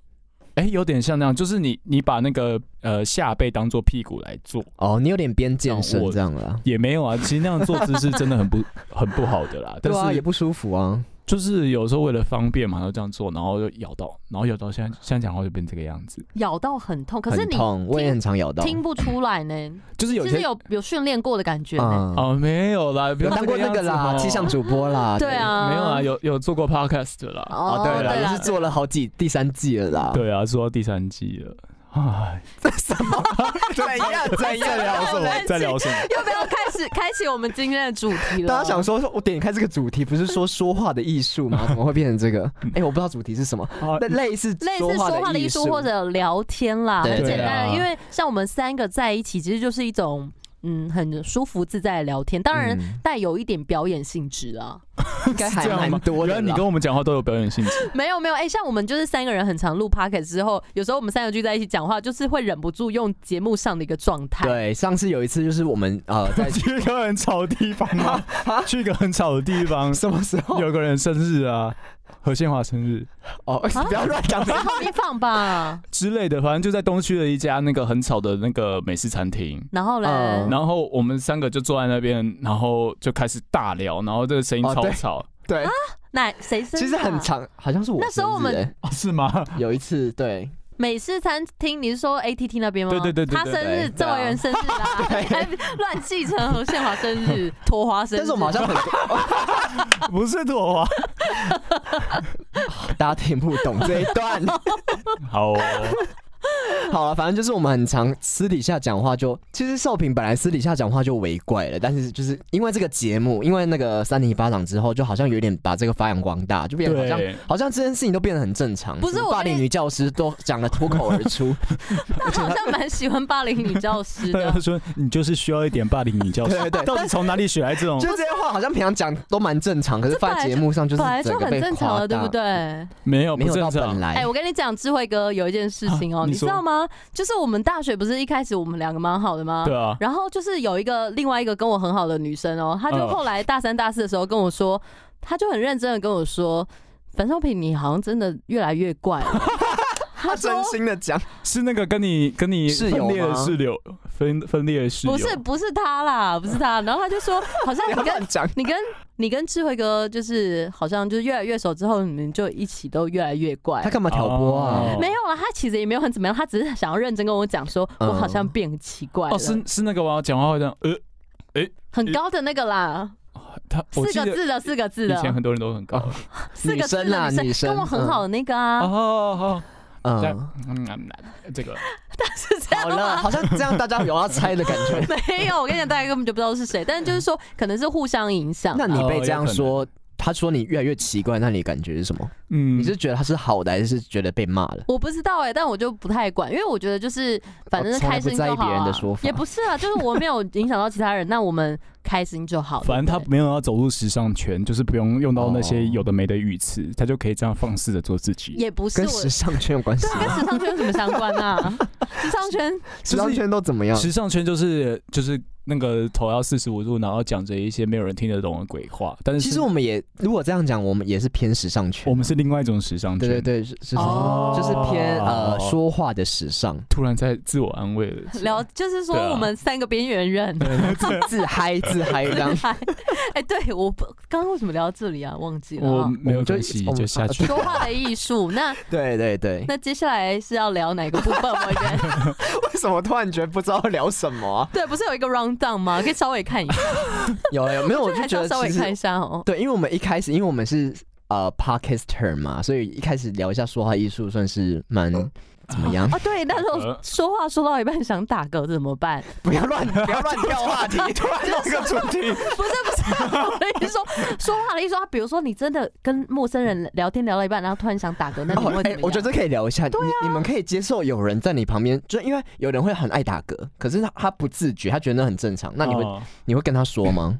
S2: 哎、有点像那样，就是你你把那个呃下背当做屁股来做，
S3: 哦，你有点边健身这样啦。
S2: 也没有啊。其实那样坐姿是真的很不很不好的啦。但
S3: 对
S2: 是、
S3: 啊，也不舒服啊。
S2: 就是有时候为了方便嘛，然后这样做，然后就咬到，然后咬到现在现在讲话就变这个样子，
S1: 咬到很痛，可是
S3: 很
S1: 你
S3: 痛，我也很常咬到。
S1: 听不出来呢，
S2: 就是有
S1: 其
S2: 些
S1: 实有有训练过的感觉呢。
S3: 嗯，
S2: 哦没有啦，不
S3: 有
S2: 要
S3: 当过那
S2: 这
S3: 个啦，
S2: 样子
S3: 气
S2: 哦
S3: 象主播 啦，
S1: 对。啊，
S2: 没有啦，有有做过 podcast 的啦，
S1: 哦
S3: 哦，对
S1: 对
S3: 了，也
S1: 啦
S3: 是做了好几第三季了 啦。
S2: 对啊，做到第三季了，唉，
S3: 怎样怎
S2: 在聊什么？在聊 什么？
S1: 要不要开始开启我们今天的主题了？
S3: 大家想说，我点开这个主题，不是说说话的艺术 吗？怎么会变成这个？哎，我不知道主题是什么，
S2: 啊
S3: 但类似
S1: 类似说话的艺术或者聊天啦，
S3: 对
S1: 很简
S2: 对啊
S1: 单。因为像我们三个在一起，其实就是一种嗯很舒服自在的聊天，当然
S3: 嗯
S1: 带有一点表演性质啊。
S3: 应该还
S2: 这样吗
S3: 蛮多
S2: 原来
S3: 的啦。
S2: 你跟我们讲话都有表演性质，
S1: 没有没有，哎、像我们就是三个人很常录 p o c k e t 之后，有时候我们三个聚在一起讲话，就是会忍不住用节目上的一个状态。
S3: 对上次有一次就是我们呃 在
S2: 去一个很吵的地方 吗？
S3: 啊，
S2: 去一个很吵的地 方
S3: 什么时候
S2: 有个人生日啊，何宪华生日
S3: 哦，
S1: 啊
S3: 不要乱 讲。
S1: 在后面放吧。
S2: 之类的，反正就在东区的一家那个很吵的那个美式餐厅。
S1: 然后嘞，
S3: 嗯
S2: 然后我们三个就坐在那边，然后就开始大聊，然后这个声音
S3: 哦
S2: 超
S3: 对
S2: 吵，
S1: 啊
S3: 对，
S1: 那谁生、
S3: 其实很。长，好像是我
S1: 啊那时候
S3: 生日
S1: 我们
S3: 欸
S2: 哦是 吗？
S3: 有一次对，
S1: 美式餐厅，你是说 ATT 那边吗？
S2: 对对对对对啊
S1: 他生日，
S3: 对
S1: 郑维元生日 啦，还乱记成何宪华生日、陀华生日。
S3: 但是我们好像很
S2: 不是朵
S3: 啊
S2: 花。
S3: 大家听不懂这一段。
S2: 好哦、
S3: 好了，反正就是我们很常私底下讲话就，其实少平本来私底下讲话就为怪了，但是就是因为这个节目，因为那个三零一巴掌之后，就好像有点把这个发扬光大，就变得好像
S2: 对
S3: 好像这件事情都变得很正常，
S1: 不是
S3: 什么
S1: 我
S3: 霸
S1: 跟你
S3: 凌女教师都讲得脱口 而出，
S1: 他好像蛮喜欢霸凌女教师
S2: 对他
S1: 的。
S2: 说你就是需要一点霸凌女教师，
S3: 对对对
S2: 到底从哪里学来这种？
S3: 就这些话好像平常讲都蛮正常，可是放在节目上就
S1: 本
S3: 是
S1: 来就
S3: 整个
S1: 很
S3: 被
S1: 正常
S3: 夸
S1: 了，
S3: 大哎
S1: 对不？对？
S2: 没有
S3: 没
S2: 哦不
S3: 有
S2: 正
S3: 到本
S2: 常，
S1: 哎、
S3: 来，
S1: 我跟你讲，智慧哥有一件事情哦、
S2: 啊
S1: 你
S2: 你
S1: 知
S2: 说
S1: 道吗？就是我们大学不是一开始我们两个蛮好的吗？
S2: 对啊，
S1: 然后就是有一个另外一个跟我很好的女生哦、她就
S2: 嗯
S1: 后来大三大四的时候跟我说，她就很认真的跟我说，樊少平你好像真的越来越怪了。她
S3: 他
S1: 说
S3: 真心的讲，
S2: 是那个跟你跟你
S3: 室
S2: 分
S3: 友
S2: 裂的
S3: 吗
S2: 室友分分裂的室友，
S1: 不是不是她啦，不是她。然后她就说，好像
S3: 不
S1: 你
S3: 要
S1: 跟
S3: 乱讲。
S1: 你跟你跟智慧哥就是好像就是越来越熟之后，你们就一起都越来越怪
S3: 他。干嘛挑拨啊
S2: 哦？
S1: 没有啊，他其实也没有很怎么样，他只是想要认真跟我讲说，
S3: 嗯
S1: 我好像变奇怪了，
S2: 哦，是是那个吗？讲话会这样，呃，
S1: 很高的那个啦，
S2: 他
S1: 四
S2: 我记
S1: 个
S2: 得
S1: 字的四个字
S2: 以前
S1: 的，
S2: 很多人都很高
S3: 哦
S1: 四个字
S3: 女生
S1: 的
S3: 啊
S1: 女
S3: 女
S1: 生
S3: 生
S1: 跟我很好的那个啊，
S2: 哦，好，这
S3: 嗯
S2: 样，嗯嗯嗯这个
S1: 是这
S3: 好
S1: 样吗？
S3: 了，好像这样大家有要猜的感觉。
S1: 没有，我跟你讲，大家根本就不知道是谁，但是就是说可能是互相影响。啊
S3: 那你
S2: 哦
S3: 被
S2: 有
S3: 这样
S2: 可能
S3: 说，他说你越来越奇怪，那你感觉是什么？
S2: 嗯，
S3: 你是觉得他是好的，还是觉得被骂了？
S1: 我不知道哎、但我就不太管，因为我觉得就是反正是
S3: 我从来
S1: 开
S3: 不
S1: 心就好、
S3: 在意
S1: 啊。
S3: 别人的说法
S1: 也不是啊，就是我没有影响到其他人，那我们开心就好。
S2: 反正他
S1: 对不对
S2: 没有要走入时尚圈，就是不用用到那些
S3: 哦
S2: 有的没的语词，他就可以这样放肆的做自己。
S1: 也不是
S3: 跟
S1: 我，
S3: 时尚圈有关系
S1: 对啊，跟
S3: 吗？
S1: 时尚圈有什么相关 啊？时尚圈
S3: 时尚圈都怎么样？
S2: 时尚圈就是就是那个头要四十五度，然后讲着一些没有人听得懂的鬼话，但是
S3: 其实我们也如果这样讲，我们也是偏时尚圈。
S2: 我们是另外一种时尚圈。
S3: 对对对，是是
S1: 哦
S3: 就是偏呃
S2: 哦
S3: 说话的时尚，
S2: 突然在自我安慰了。
S1: 聊，就是说
S2: 对啊
S1: 我们三个边缘人。
S3: 自自嗨自嗨这样。
S1: 哎、对，我不刚刚为什么聊到这里啊？忘记了
S2: 我
S1: 啊、
S2: 没有
S3: 就
S2: 关系，
S3: 我们
S2: 就下去。
S1: 说话的艺术，那
S3: 对对对，
S1: 那接下来是要聊哪个部分？我觉得
S3: 为什么突然觉得不知道聊什么啊？
S1: 对，不是有一个 round down 吗？可以稍微看一下，
S3: 有有没有？我就
S1: 还是
S3: 觉
S1: 要
S3: 得
S1: 稍微
S3: 其
S1: 看一
S3: 实
S1: 下哦。
S3: 对，因为我们一开始，因为我们是呃 podcaster 嘛，所以一开始聊一下说话艺术，算是蛮怎么样？
S1: 哦，对，那时
S2: 嗯
S1: 候说话说到一半想打嗝怎么办？
S3: 不要乱不要乱跳话 题，突然弄个主 题。
S1: 不是不是，我的意思 说说话的意思说，比如说你真的跟陌生人聊天聊到一半，然后突然想打嗝，那你
S3: 哦
S1: 会怎么，
S3: 哎、
S1: 样？
S3: 我觉得这可以聊一下。你你们可以接受有人在你旁边，就因为有人会很爱打嗝，可是他他不自觉，他觉得那很正常。那你会、
S2: 哦
S3: 你会跟他说吗？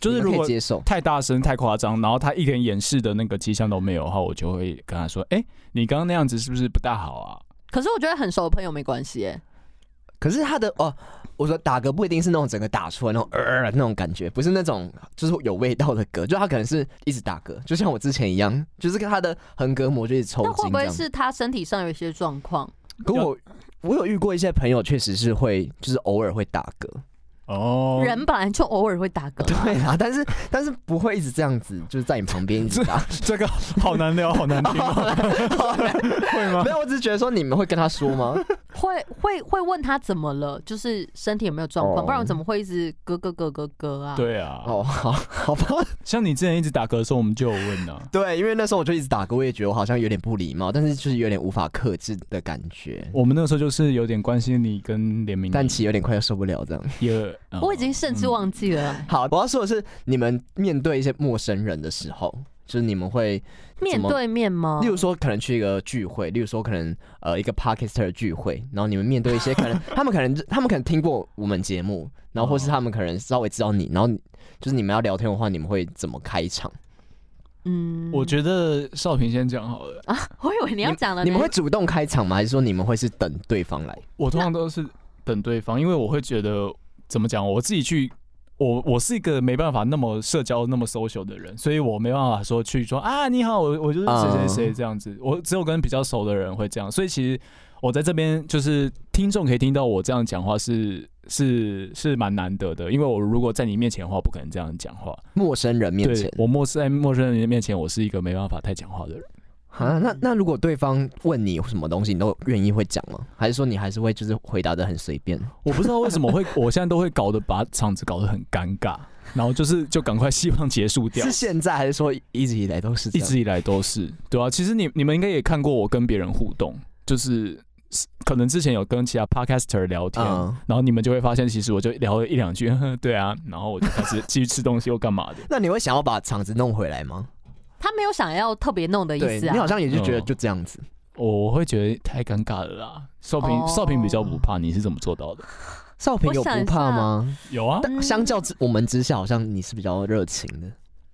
S2: 就是
S3: 你
S2: 如
S3: 们可
S2: 果
S3: 以接受。
S2: 太大声、太夸张，然后他一点掩饰的那个迹象都没有的话，我就会跟他说：“哎、你刚刚那样子是不是不大好啊
S1: 可是我觉得很熟的朋友没关系耶，
S3: 可是他的哦，我说打嗝不一定是那种整个打出来那种呃呃那种感觉，不是那种就是有味道的嗝，就他可能是一直打嗝，就像我之前一样，就是他的横膈膜就一直抽
S1: 那会
S3: 筋
S1: 不
S3: 这
S1: 会
S3: 样。
S1: 是他身体上有一些状况？
S3: 可我我有遇过一些朋友，确实是会就是偶尔会打嗝，
S2: 哦，
S1: 人本来就偶尔会打嗝，
S3: 对啦，但是但是不会一直这样子，就是在你旁边一直 打。
S2: 这个好难聊，好难听哦，会 吗
S3: 没？有，我只是觉得说你们会跟他说吗？
S1: 会会会问他怎么了，就是身体有没有状况，
S3: 哦
S1: 不然我怎么会一直咯咯咯咯咯啊？，
S2: 对啊，
S3: 哦，好好吧。
S2: 像你之前一直打嗝的时候，我们就有 问啊。
S3: 对，因为那时候我就一直打嗝，我也觉得我好像有点不礼貌，但是就是有点无法克制的感觉。
S2: 我们那个时候就是有点关心你跟联名，
S3: 但其实有点快要受不了这样。
S2: 也嗯
S1: 我已经甚至忘记了
S3: 好，我要说的是，你们面对一些陌生人的时候，就是你们会，
S1: 面对面
S2: 嗯
S1: 吗
S3: 例？如说可能去一个聚会，例如说可能呃一个 podcaster 的聚会，然后你们面对一 些可能他们可能他们可能听过我们节目，然后或
S2: 哦
S3: 是他们可能稍微知道你，然后你就是你们要聊天的话，你们会怎么开场？
S1: 嗯，
S2: 我觉得少平先讲好了，
S1: 我以为你要讲了呢，
S3: 你们会主动开场吗？还是说你们会是等对方来？
S2: 我通常都是等对方，因为我会觉得怎么讲，我自己去。我我是一个没办法那么社交那么 social 的人，所以我没办法说去说啊你好，我我就是
S3: 嗯
S2: 谁谁谁这样子。我只有跟比较熟的人会这样，所以其实我在这边就是听众可以听到我这样讲话是是是蛮难得的，因为我如果在你面前的话，不可能这样讲话。
S3: 陌生人面前
S2: 对，我陌生在陌生人面前，我是一个没办法太讲话的人。
S3: 啊，那那如果对方问你什么东西，你都愿意会讲吗？还是说你还是会就是回答的很随便？
S2: 我不知道为什么会，我现在都会搞得把场子搞得很尴尬，然后就是就赶快希望结束掉
S3: 是。现在还是说一直以来都是这
S2: 啊一
S3: 样？
S2: 直以来都是，对啊。其实你你们应该也看过我跟别人互动，就是可能之前有跟其他 podcaster 聊天，
S3: 嗯，
S2: 然后你们就会发现，其实我就聊了一两句，呵 呵对啊，然后我就开始继续吃东西又 干嘛的。
S3: 那你会想要把场子弄回来吗？
S1: 他没有想要特别弄的意
S3: 对
S1: 思
S3: 你
S1: 啊。
S3: 好像也就觉得
S2: 嗯
S3: 就这样子。
S2: 我会觉得太尴尬了啦。少平、
S1: 哦
S2: 少平比较不怕，你是怎么做到的？
S3: 少平有不怕吗？
S2: 有啊，
S1: 嗯
S3: 但相较之我们之下，好像你是比较热情的。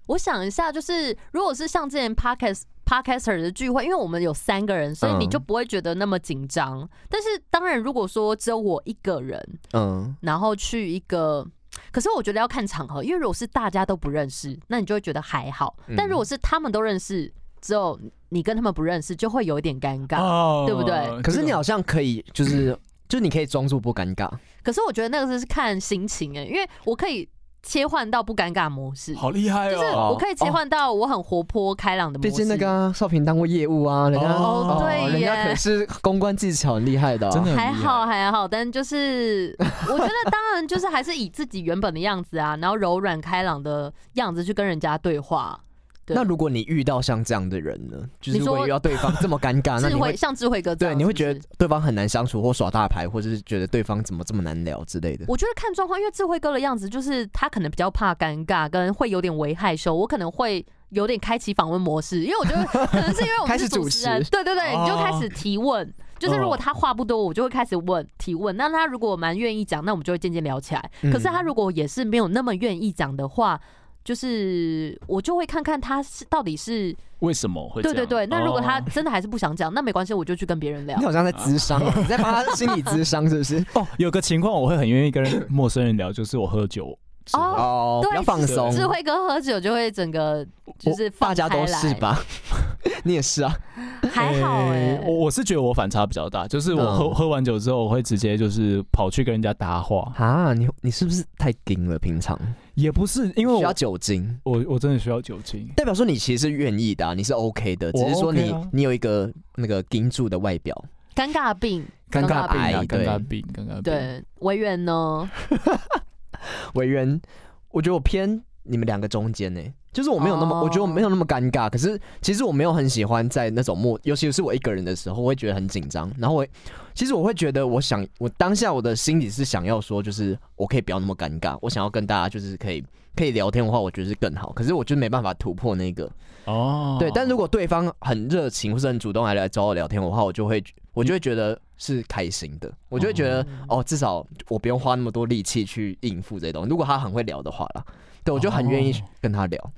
S1: 我想一下，就是如果是像之前 podcast podcaster 的聚会，因为我们有三个人，所以
S3: 嗯
S1: 你就不会觉得那么紧张。但是当然，如果说只有我一个人，
S3: 嗯，
S1: 然后去一个。可是我觉得要看场合，因为如果是大家都不认识，那你就会觉得还好；
S3: 嗯
S1: 但如果是他们都认识，只有你跟他们不认识，就会有一点尴尬。
S3: 啊
S2: 哦
S1: 对不对
S3: 可是你
S2: 这个
S3: 好像可以， 就是就是你可以装作不尴尬。
S1: 可是我觉得那个是看心情哎、因为我可以切换到不尴尬模式，
S2: 好厉害
S1: 就是
S2: 哦！
S1: 我可以切换到我很活泼开朗的模
S3: 毕
S1: 式。
S3: 竟那个啊少平当过业务啊，人家
S2: 哦
S1: 对
S3: 人家
S1: 耶
S3: 可是公关技巧很厉害的啊。
S2: 真的很
S1: 还
S2: 厉害
S1: 好还好，但就是 我觉得当然就是还是以自己原本的样子啊，然后柔软开朗的样子去跟人家对话。对
S3: 那如果你遇到像这样的人呢？就是
S1: 你
S3: 如
S1: 说
S3: 果遇到对方这么尴尬，啊那
S1: 智
S3: 你
S1: 慧
S3: 会
S1: 像智慧哥这
S3: 对
S1: 样，
S3: 你会
S1: 是不是
S3: 觉得对方很难相处，或耍大牌，或者是觉得对方怎么这么难聊之类的。
S1: 我觉得看状况，因为智慧哥的样子就是他可能比较怕尴尬，跟会有点微害羞，我可能会。有点开启访问模式，因为我觉得可能是因为我们
S3: 开
S1: 是
S3: 始
S1: 主
S3: 主
S1: 持人，
S3: 持 哦
S1: 对对对，你就开
S2: 哦
S1: 始提问。就是如果他话不多，我就会开始问提问。那他如果蛮愿意讲，那我们就会渐渐聊起来。
S2: 嗯
S1: 可是他如果也是没有那么愿意讲的话，就是我就会看看他是到底是
S2: 为什么会这
S1: 对
S2: 样？
S1: 对对。那如果他
S2: 哦
S1: 真的还是不想讲，那没关系，我就去跟别人聊哦
S3: 你。好像在咨商，啊 你在帮他心理咨商是不是？
S2: 哦，有个情况我会很愿意跟 陌生人聊，就是我喝酒之后。
S1: 哦
S3: 哦，
S1: 对
S3: 比较放松，
S1: 智慧哥喝酒就会整个就是
S3: 大
S1: 放
S3: 家
S1: 开
S3: 都
S1: 来
S3: 是？吧？ 你也是啊，
S1: 还好哎、
S2: 我我是觉得我反差比较大，就是我喝、
S3: 嗯
S2: 喝完酒之后，我会直接就是跑去跟人家搭话，
S3: 啊，你你是不是太硬了？平常
S2: 也不是因为
S3: 需要
S2: 我
S3: 酒精，
S2: 我我真的需要酒精，
S3: 代表说你其实是愿意的啊，你是 OK 的，只
S2: 我
S3: 是说
S2: OK
S3: 你
S2: 啊
S3: 你有一个那个盯住的外表，
S1: 尴尬病，
S3: 尴
S1: 尬
S3: 尬
S1: 病
S3: 癌
S2: 啊，尴
S3: 对
S2: 尬病，尴尬病，，
S1: 对，哦维园呢？
S3: 为人，我觉得我偏你们两个中间呢、就是我没有那么
S1: 哦
S3: 我觉得我没有那么尴尬，可是其实我没有很喜欢在那种默，尤其是我一个人的时候，我会觉得很紧张。然后我其实我会觉得，我想我当下我的心里是想要说，就是我可以不要那么尴尬，我想要跟大家就是可以可以聊天的话，我觉得是更好。可是我就没办法突破那个，
S2: 哦，
S3: 对。但如果对方很热情或是很主动来来找我聊天的话，我就会我就会觉得是开心的，我就会觉得
S1: 嗯
S3: 哦，至少我不用花那么多力气去应付这些东西。如果他很会聊的话啦，对我就很愿意
S2: 哦
S3: 跟他聊。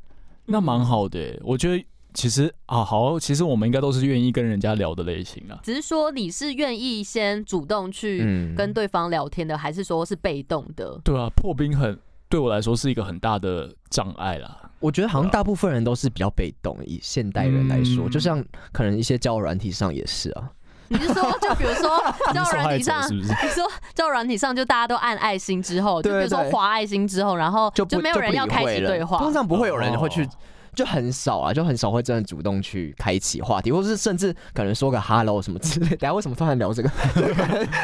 S2: 那蛮好的欸，我觉得其实啊好，其实我们应该都是愿意跟人家聊的类型啊，
S1: 只是说你是愿意先主动去
S3: 嗯，
S1: 跟对方聊天的，还是说是被动的？
S2: 对啊，破冰很对我来说是一个很大的障碍 啦，
S3: 我觉得好像大部分人都是比较被动，以现代人来说，
S2: 嗯
S3: 就像可能一些交友软体上也是啊。
S1: 你是说，就比如说交
S2: 你
S1: 友
S2: 是受
S1: 软
S2: 害
S1: 体
S2: 者
S1: 上，
S2: 是不是？
S1: 你说交友软体上就大家都按爱心之后，就比
S3: 对
S1: 如说
S3: 对
S1: 划爱心之后，然后
S3: 就不
S1: 没有
S3: 不
S1: 人
S3: 理
S1: 要开
S3: 会
S1: 启
S3: 了
S1: 对话。
S3: 通常不会有人会去
S2: 哦，
S3: 就很少啊，就很少会真的主动去开启话题，或是甚至可能说个 hello 什么之类的。等一下为什么突然聊这个？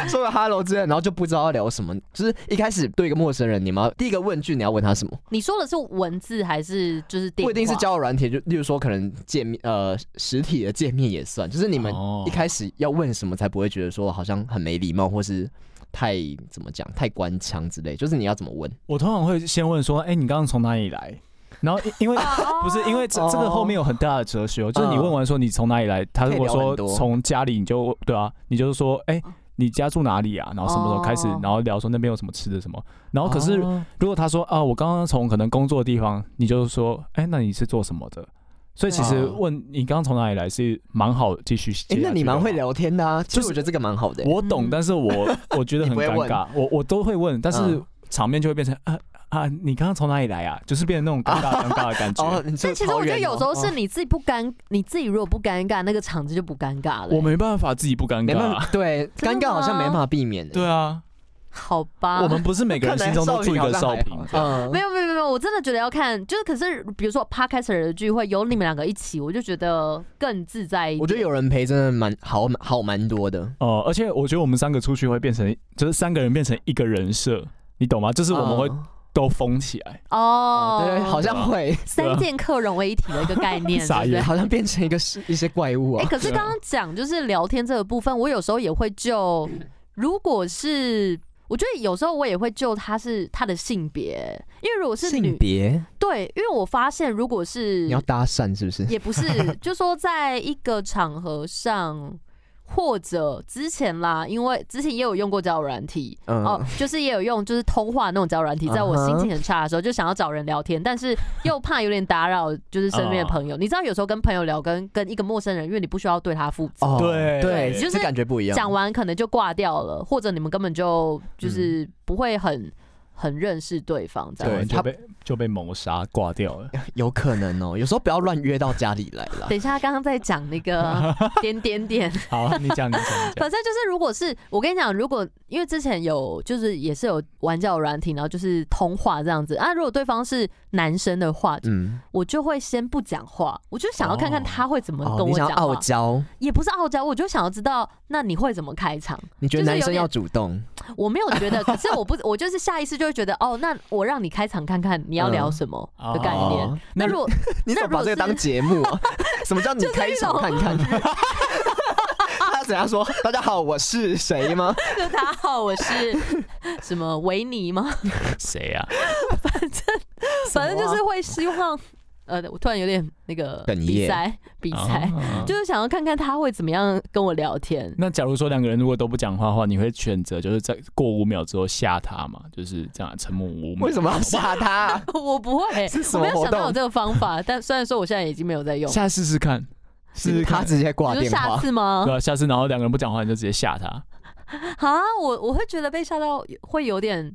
S3: 说个 hello 之类的，然后就不知道要聊什么。就是一开始对一个陌生人，你们要第一个问句你要问他什么，
S1: 你说的是文字还是就是电话？
S3: 不一定是交友软体，就例如说可能见面呃实体的见面也算，就是你们
S2: 哦
S3: 一开始要问什么才不会觉得说好像很没礼貌，或是太怎么讲太官腔之类，就是你要怎么问。
S2: 我通常会先问说，哎、你刚刚从哪里来？然后因因为
S1: 哦，
S2: 不是因为这这个后面有很大的哲学哦，就是你问完说你从哪里来，他如果
S3: 可以聊
S2: 说
S3: 很多哦
S2: 从家里，你就对啊，你就是说，哎、你家住哪里啊？然后什么时候开始
S1: 哦，
S2: 然后聊说那边有什么吃的什么。然后可是
S3: 哦
S2: 如果他说啊，我刚刚从可能工作的地方，你就说，哎，那你是做什么的？所以其实
S3: 哦
S2: 问你刚刚从哪里来是蛮好继续接下
S3: 哎、
S2: 去的。哦
S3: 那你蛮会聊天的啊，
S2: 就
S3: 其
S2: 是
S3: 实我觉得这个蛮好的、
S2: 我懂，
S1: 嗯
S2: 但是 我我觉得很
S3: 你不会
S2: 尴
S3: 问
S2: 尬，我我都会问，但是
S3: 嗯
S2: 场面就会变成啊啊，你刚刚从哪里来啊？就是变成那种尴尬尴尬的感 觉。，
S3: 你
S1: 但其实我觉得
S2: 哦
S3: 哦
S1: 有时候是你自己不尴，你自己如果不尴尬，那个场子就不尴尬了。欸
S2: 我没办法自己不尴
S3: 没
S2: 尬
S3: 办
S2: 啊
S3: 法，，对，
S1: 真
S3: 尴
S1: 的
S3: 尬好像没
S1: 吗
S3: 办法避免的。欸
S2: 对啊，
S1: 好吧，
S3: 啊
S2: 我们不是每个
S1: 啊
S2: 人心中都住一个少平。
S3: 嗯，
S1: 没有没有没有，我真的觉得要看，就是可是比如说 podcaster 的聚会有你们两个一起，我就觉得更自
S2: 嗯
S1: 在一点。
S3: 我觉得有人陪真的蛮好，好蛮多的。
S2: 哦，而且我觉得我们三个出去会变成，就是三个人变成一个人设，你懂吗？就是我们会
S3: 嗯
S2: 都疯起来，
S1: 哦
S3: 哦，，对，好像会，
S2: 对
S1: 三
S2: 啊
S1: 剑客融为一体的一个概 念，对
S2: 傻
S1: 不
S2: 眼
S1: 对？
S3: 好像变成一个是一些怪物
S1: 哎、
S3: 啊。
S1: 可是
S2: 对啊
S1: 刚刚讲就是聊天这个部分，我有时候也会 就，如果是我觉得有时候我也会就他是他的性别，因为如果是
S3: 性
S1: 女，
S3: 别，
S1: 对，因为我发现如果是
S3: 你要搭讪是不是？
S1: 也不是， 就说在一个场合上。或者之前啦，因为之前也有用过交友软体，
S3: 嗯
S1: 哦，就是也有用就是通话那种交友软体，在我心情很差的时候，就想要找人聊天，但是又怕有点打扰，就是身边的
S3: 嗯
S1: 朋友。你知道，有时候跟朋友聊，跟跟一个陌生人，因为你不需要对他负责，
S3: 哦
S2: 对
S3: 对，
S1: 就是
S3: 这感觉不一样。
S1: 讲完可能就挂掉了，或者你们根本就就是
S3: 嗯
S1: 不会很很认识对方这
S2: 讲
S1: 样
S2: 完
S1: 子。
S2: 就
S3: 他
S2: 被就被谋杀挂掉 了。
S3: 有可能哦，有时候不要乱约到家里来啦。
S1: 等一下，刚刚在讲那 个点点点，
S2: 好，你讲你讲你讲，
S1: 反正就是，如果是我跟你讲，如果因为之前有就是也是有玩交友软体，然后就是通话这样子啊，如果对方是男生的话，
S3: 嗯，
S1: 我就会先不讲话，我就想要看看
S2: 哦
S1: 他会怎么
S3: 哦，
S1: 跟
S3: 你
S1: 我
S3: 想
S1: 讲
S3: 要
S1: 话，
S3: 傲娇，
S1: 也不是傲娇，我就想要知道那你会怎么开场。
S3: 你觉
S1: 就
S3: 得
S1: 是
S3: 男
S1: 有
S3: 生
S1: 点
S3: 要主动？
S1: 我没有觉得，可是我不，我就是下意识就会觉得，哦，那我让你开场看看你要聊什么的概念。
S3: 嗯哦
S1: 那如果
S3: 你
S1: 那
S3: 怎么
S1: 如果
S3: 把这个当
S1: 是
S3: 节目 啊？什么叫你开场看看？他怎样说？大家好，我是谁吗？
S1: 就大家好，我是 什么维尼吗？
S2: 谁啊？
S1: 反正
S3: 啊
S1: 就是会希望，呃，我突然有点那个
S3: 哽咽
S1: 比赛比赛，
S2: 哦
S1: 就是想要看看他会怎么样跟我聊天。
S2: 那假如说两个人如果都不讲话的话，你会选择就是在过五秒之后吓他嘛？就是这样沉默五秒
S3: 为。什么要吓他啊？
S1: 我不会，
S3: 是什
S1: 我
S3: 么
S1: 没有
S3: 活
S1: 想到有
S3: 动？
S1: 这个方法，但虽然说我现在已经没有在用。
S2: 下次试试看，试试
S3: 是他
S2: 看。
S3: 直接挂
S1: 你说
S3: 电
S1: 下
S3: 话。
S1: 次吗
S2: 对？啊，下次然后两个人不讲话，你就直接吓他。
S1: 啊，我我会觉得被吓到，会有点，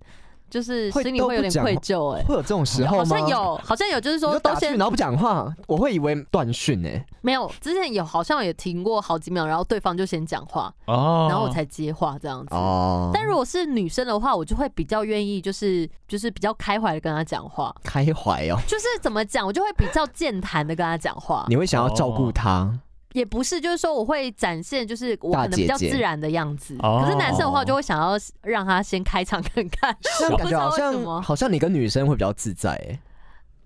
S1: 就是
S3: 会
S1: 心里
S3: 都
S1: 会
S3: 不
S1: 有点
S3: 讲
S1: 愧
S3: 话
S1: 疚、哎，
S3: 会有这种时候
S1: 好
S3: 吗？
S1: 像有，好像有，就是
S3: 你
S1: 说
S3: 就
S1: 都
S3: 打去，
S1: 先
S3: 然后不讲话，我会以为断讯呢。
S1: 没有，之前有好像也停过好几秒，然后对方就先讲话，
S2: 哦，
S1: 然后我才接话这样子。
S3: 哦，
S1: 但如果是女生的话，我就会比较愿意，就是就是比较开怀的跟她讲话，
S3: 开怀哦，
S1: 就是怎么讲，我就会比较健谈的跟她讲话，
S3: 你会想要照顾他，
S1: 也不是就是说我会展现就是我
S3: 大
S1: 可能比较
S3: 姐姐
S1: 自然的样子。
S2: 哦
S1: 可是男生的话，就会想要让他先开场看看。
S3: 这样
S1: 我
S3: 感
S1: 不
S3: 觉
S1: 知道
S3: 好
S1: 为什么
S3: 像好像你跟女生会比较自在欸。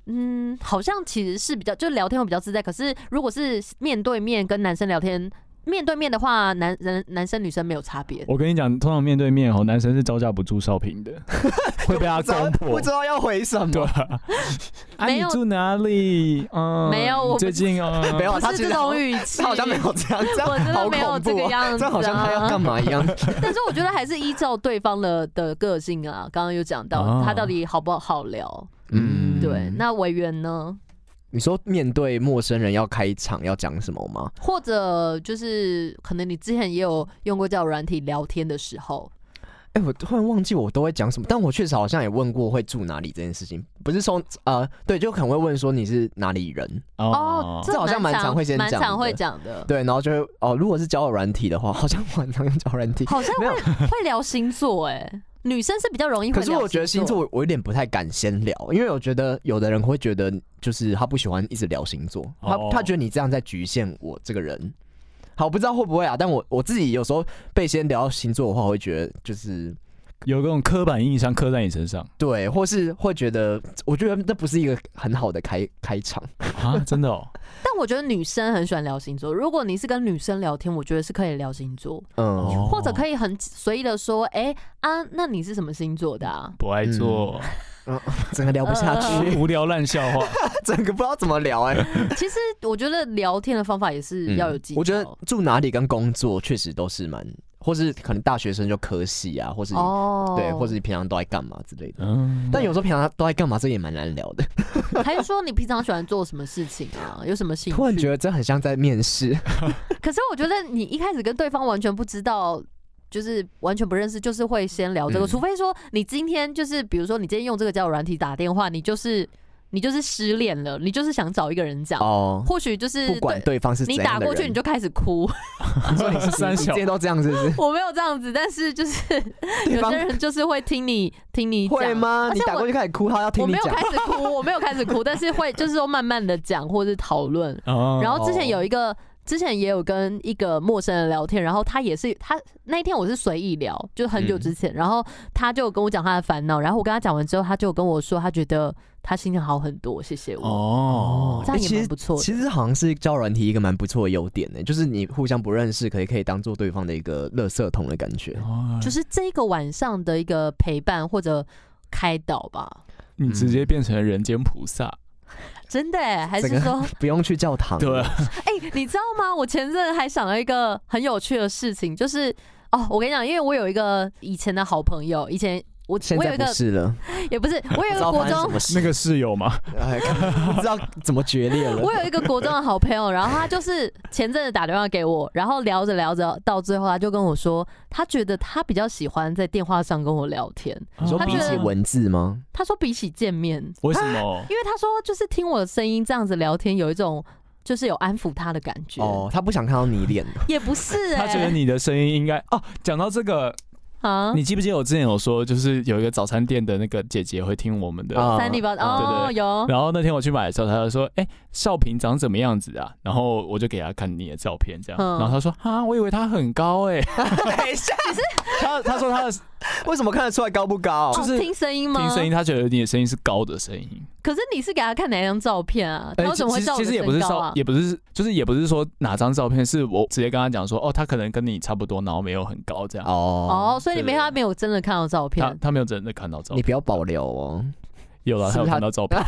S1: 嗯，好像其实是比较，就聊天会比较自在。可是如果是面对面跟男生聊天，面对面的话，男人男生女生没有差别。
S2: 我跟你讲，通常面对面哦，男生是招架不住少平 的，会被他
S3: 不知道
S2: 攻破
S3: 不知。道要回什
S2: 对
S3: 么。
S2: 啊，啊
S1: 没
S2: 你
S1: 有
S2: 住哪里？嗯，
S1: 没有我
S2: 最近哦，
S3: 没有啊，
S1: 不
S3: 他
S1: 是
S3: 其实
S1: 这种语气，
S3: 他好像没有这样，这 样
S1: 我真的
S3: 好
S1: 没有
S3: 恐
S1: 这
S3: 怖
S1: 个
S3: 哦
S1: 样子
S3: 这样好像他要
S1: 啊
S3: 干嘛一样。
S1: 但是我觉得还是依照对方的的个性啊，刚刚有讲到
S2: 哦
S1: 他到底好不好聊。
S2: 嗯
S1: 对，那委员呢？
S3: 你说面对陌生人要开场要讲什么吗？
S1: 或者就是可能你之前也有用过交友软体聊天的时候，
S3: 哎、我突然忘记我都会讲什么，但我确实好像也问过会住哪里这件事情，不是说呃，对，就可能会问说你是哪里人，
S1: 哦，
S3: 这好像蛮
S1: 蛮
S3: 常会先
S1: 蛮
S3: 讲
S1: 常会
S3: 的
S1: 讲的，
S3: 对，然后就会哦，如果是交友软体的话，好像我很常用交友软体，
S1: 好像
S3: 没有
S1: 会会聊星座哎、女生是比较容易会
S3: 可
S1: 聊
S3: 是
S1: 座。
S3: 我觉得星座我我有点不太敢先聊，因为我觉得有的人会觉得就是他不喜欢一直聊星座，他
S2: 哦
S3: 他觉得你这样在局限我这个人。好，不知道会不会啊？但我我自己有时候被先聊到星座的话，我会觉得就是
S2: 有这种刻板印象刻在你身上
S3: 对，或是会觉得，我觉得那不是一个很好的开开场。
S2: 啊， 真的哦，
S1: 但我觉得女生很喜欢聊星座。如果你是跟女生聊天，我觉得是可以聊星座，
S3: 嗯，
S2: 哦
S1: 或者可以很随意的说，哎、啊，那你是什么星座的 啊？
S2: 不爱做，
S3: 整个聊不下
S1: 嗯
S3: 去，
S2: 无聊烂笑 话，
S3: 整个不知道怎么聊哎、
S1: 其实我觉得聊天的方法也是嗯要有技巧。
S3: 嗯我觉得住哪里跟工作确实都是蛮，或是可能大学生就科系啊，或是你、
S1: 哦，
S3: 对，或是你平常都在干嘛之类的。
S2: 嗯，
S3: 但有时候平常都在干嘛，这也蛮难聊的。
S1: 还是说你平常喜欢做什么事情啊？有什么兴趣？
S3: 突然觉得这很像在面试，
S1: 可是我觉得你一开始跟对方完全不知道。就是完全不认识，就是会先聊这个，
S3: 嗯
S1: 除非说你今天就是，比如说你今天用这个交友软体打电话，你就是你就是失恋了，你就是想找一个人讲，
S3: 哦，
S1: 或许就是
S3: 不管对方是怎
S1: 你
S3: 样
S1: 打
S3: 的
S1: 过去
S3: 人
S1: 你就开始哭，？
S2: 说你是三
S3: 你
S2: 小
S3: 今，天都这样，是不是
S1: 我没有这样子，但是就是
S3: 对
S1: 有
S3: 方
S1: 些人就是会听你听你
S3: 会
S1: 讲
S3: 吗？
S1: 而
S3: 你
S1: 且
S3: 打
S1: 我
S3: 过去开始哭，他要
S1: 我
S3: 听你
S1: 没有
S3: 讲
S1: 开。始哭，我没有开始哭，但是会就是说慢慢的讲或是讨论，然
S3: 嗯
S2: 然
S1: 后之
S3: 哦
S1: 前有一个，之前也有跟一个陌生人聊天，然后他也是他那一天我是随意聊，就很
S3: 嗯
S1: 久之前，然后他就跟我讲他的烦恼，然后我跟他讲完之后，他就跟我说他觉得他心情好很多，谢谢我，
S2: 哦
S1: 这，样
S3: 欸
S1: 也
S3: 其
S1: 蛮
S3: 实
S1: 不错的
S3: 其实好像是交友软体一个蛮不错的优点呢、就是你互相不认识，可以可以当做对方的一个垃圾桶的感觉。
S2: 哦
S1: 就是这个晚上的一个陪伴或者开导吧，
S2: 你直接变成人间菩萨，
S1: 真的、欸、还
S3: 整个
S1: 是说，
S3: 不用去教堂，
S2: 对，
S1: 哎、你知道吗？我前阵还想了一个很有趣的事情，就是哦，我跟你讲，因为我有一个以前的好朋友，以前。我
S3: 现
S1: 我有一
S3: 在不
S1: 个
S3: 是了，
S1: 也不是，我有
S3: 不
S1: 一
S3: 知
S1: 个
S3: 道
S1: 国
S3: 发生
S1: 中
S3: 什么事，
S2: 那个室友嘛，
S3: 哎不知道怎么决裂 了。
S1: 我有一个国中的好朋友，然后他就是前阵子打电话给我，然后聊着聊着，到最后他就跟我说，他觉得他比较喜欢在电话上跟我聊天。
S3: 你说
S2: 他
S3: 比
S2: 觉
S3: 起
S2: 得
S3: 文字吗？
S1: 他说比起见面，因
S2: 为什 么？
S1: 为他说就是听我的声音这样子聊天，有一种就是有安抚他的感觉。
S3: 哦，他不想看到你脸。
S1: 也不 是
S2: 他
S1: 哎、
S2: 觉得你的声音应该哦，讲到这个，
S1: 啊，
S2: 你记不记得我之前有说，就是有一个早餐店的那个姐姐会听我们的，
S3: 啊
S1: 三里八
S2: 对
S1: 哦
S2: 对
S1: 有
S2: 然后那天我去买的时候，他就说：“哎、少平长什么样子啊？”然后我就给他看你的照片，这样。
S1: 嗯
S2: 然后他说：“啊，我以为他很高哎、
S3: 等一下，
S2: 他他说他 的听
S3: 为什么看得出来高不高？
S2: 就是
S1: 哦听声音吗？
S2: 声音，他觉得你的声音是高的声音。
S1: 可是你是给他看哪张照片啊？
S2: 哎
S1: 他怎么会
S2: 其
S1: 照
S2: 实
S1: 我
S2: 其
S1: 的
S2: 实也不是
S1: 身高
S2: 少，
S1: 啊？
S2: 也不是，就是也不是说哪张照片，是我直接跟他讲说：“哦，他可能跟你差不多，然后没有很高这样。
S3: 哦
S1: 哦，所以你没
S2: 嗯对对
S1: 他没有真的看到照
S2: 他
S1: 片，
S2: 他没有真的看到照
S3: 你
S2: 片，
S3: 不要保 留哦。
S2: 有了，
S3: 是
S2: 他有
S3: 他
S2: 看到照片。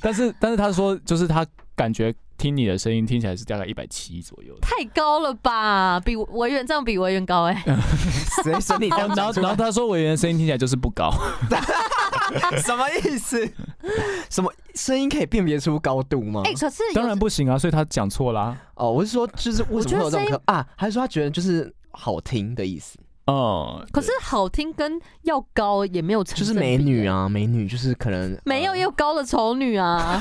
S2: 但是但是他说，就是他感觉听你的声音听起来是大概一百七左右的。
S1: 太高了吧？比维园这样比维园高哎、
S3: 谁说
S1: 哦
S3: 你这
S2: 然
S3: 样
S2: 后然
S3: 讲
S2: 后
S3: 出
S2: 然后
S3: 来？
S2: 他说委员的声音听起来就是不高。
S3: 什么意思？什么声音可以辨别出高度吗？
S1: 哎、可是有
S2: 当然不行啊，所以他讲错 啦。
S3: 哦，我是说，就是为什么会有这
S1: 我觉得声
S3: 种
S1: 音
S3: 可啊？还是说他觉得就是好听的意思？
S2: 嗯，
S1: 可是好听跟要高也没有成
S3: 就
S1: 正
S3: 是
S1: 比
S3: 美女，啊，美女就是可能呃
S1: 没有也有高的丑女 啊。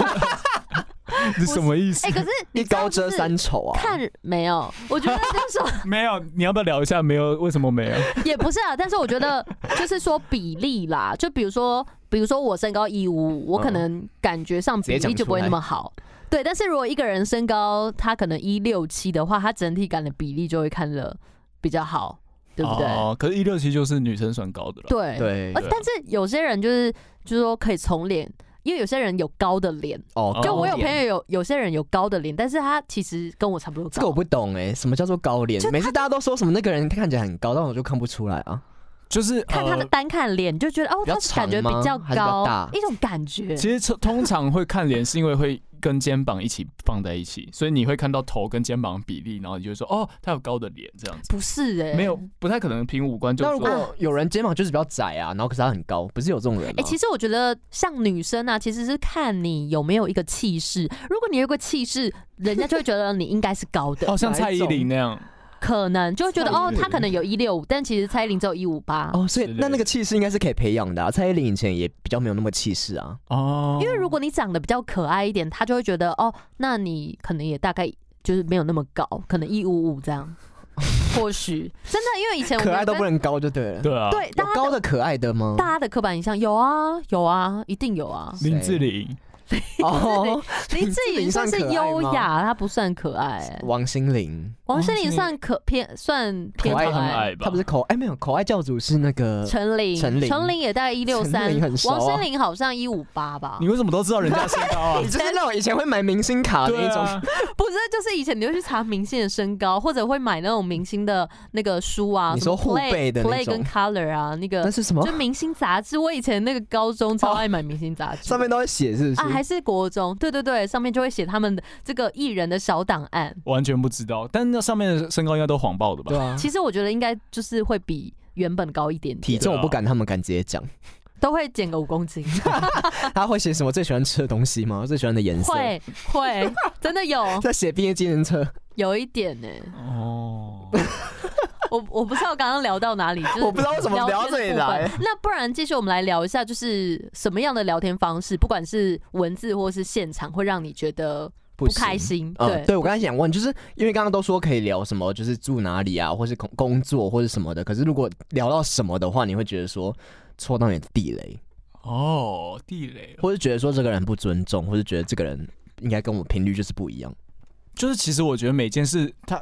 S2: 你什么意思
S1: 哎、？可是
S3: 一
S1: 你知道
S3: 高遮
S1: 就是
S3: 三丑
S2: 哦
S3: 啊。
S1: 看没有，我觉得就是说
S2: 没有，你要不要聊一下？没有，为什么没有？
S1: 也不是啊，但是我觉得就是说比例啦，就比如说，比如说我身高一五五，我可能感觉上比
S3: 嗯直接
S1: 例
S3: 讲
S1: 就不会那么好。对，但是如果一个人身高他可能一六七的话，他整体感的比例就会看的比较好，对不对？
S2: 哦，可是一六七就是女生算高的了。
S1: 对呃
S2: 对
S3: 对
S2: 啊
S1: 但是有些人就是就是说可以从脸，因为有些人有高的脸，
S3: 哦，
S1: 就我有
S3: 高
S1: 朋
S3: 脸
S1: 友有有些人有高的脸，但是他其实跟我差不多高。
S3: 这个我不懂哎，什么叫做高脸？每次大家都说什么那个人看起来很高，但我就看不出来啊。
S2: 就是
S1: 看他的
S2: 呃，
S1: 单看脸，就觉得哦，
S3: 比较
S1: 他是感觉
S3: 长吗
S1: 比较
S3: 还是比较
S1: 高
S3: 大，
S1: 一种感觉。
S2: 其实通通常会看脸，是因为会跟肩膀一起放在一起，所以你会看到头跟肩膀比例，然后你就会说哦，他有高的脸这样子。
S1: 不是哎、
S2: 没有，不太可能凭五官就
S3: 那如
S2: 说。哦
S3: 果有人肩膀就是比较窄啊，然后可是他很高，不是有这种人
S1: 哎、
S3: 吗？
S1: 其实我觉得像女生啊，其实是看你有没有一个气势。如果你有一个气势，人家就会觉得你应该是高的。
S2: 哦，像蔡依林那样，
S1: 可能就会觉得
S4: 蔡依
S1: 哦，
S4: 林
S1: 他可能有一六五，但其实蔡依林只有一五八。
S3: 啊哦，所以
S2: 之类的
S3: 那那个气势应该是可以培养的、啊。蔡依林以前也比较没有那么气势啊。
S2: 哦，
S1: 因为如果你长得比较可爱一点，他就会觉得哦，那你可能也大概就是没有那么高，可能一五五这样。或许真的，因为以前我
S3: 可
S1: 们
S3: 爱
S1: 有
S3: 都
S1: 跟
S3: 不能高就对了。
S2: 对啊，
S1: 对
S3: 有
S1: 大家
S3: 高的可爱的吗？
S1: 大家的刻板印象有啊有啊，一定有 啊。
S2: 林志玲，
S3: 哦，
S1: 林志
S3: 林
S1: 颖
S3: 志
S1: 算是
S3: 玲算可爱
S1: 优
S3: 吗
S1: 雅，她不算可爱、欸
S3: 王心凌，
S1: 王心
S2: 王
S1: 凌
S2: 心
S1: 算可偏算
S3: 可
S1: 偏
S3: 爱
S1: 可
S2: 很
S1: 爱。
S2: 矮吧？
S3: 她不是口哎没有口爱教主是那个
S1: 陈琳，
S3: 呃陈琳
S1: 陈琳也大概一六
S3: 陈
S1: 三
S3: 琳很，少啊
S1: 王心凌好像一五八吧
S2: 你。为什么都知道人家身高 啊
S3: 你？哎就是那种以前会买明星卡的
S2: 对
S3: 那种，
S2: 啊，
S1: 不是，就是以前你会去查明星的身高，或者会买那种明星的那个书啊，
S3: 你
S1: 什么
S3: 说护
S1: Play-
S3: 背的那
S1: Play 跟
S3: 种
S1: Color 啊，那
S3: 那
S1: 个
S3: 是什么
S1: 就？明星杂志。我以前那个高中超
S3: 哦
S1: 爱买明星杂志，
S3: 上面都会写是不是？
S1: 啊还是国中，对对对，上面就会写他们的这个艺人的小档案。
S2: 完全不知道。但那上面的身高应该都谎报的吧
S3: 对？啊，
S1: 其实我觉得应该就是会比原本高一点
S3: 体
S1: 点，
S3: 重我不敢，他们敢直接讲。
S1: 都会减个五公 斤。
S3: 他会写什么最喜欢吃的东西吗？最喜欢的颜色？
S1: 啊会会，真的有
S3: 在写毕业纪念册，
S1: 有一点呢、
S2: 哦，
S1: 我我不知道刚刚聊到哪里，就是
S3: 我不知道为什么聊到这里
S1: 聊天
S3: 来
S1: 的部分。那不然继续我们来聊一下，就是什么样的聊天方式，不管是文字或是现场，会让你觉得不
S3: 行
S1: 开。心？
S3: 嗯，
S1: 对，
S3: 对我刚才想问，就是因为刚刚都说可以聊什么，就是住哪里啊，或是工工作或是什么的。可是如果聊到什么的话，你会觉得说戳到你的地雷，
S2: 哦，地雷哦，
S3: 或是觉得说这个人不尊重，或是觉得这个人应该跟我频率就是不一样。
S2: 就是其实我觉得每件事他。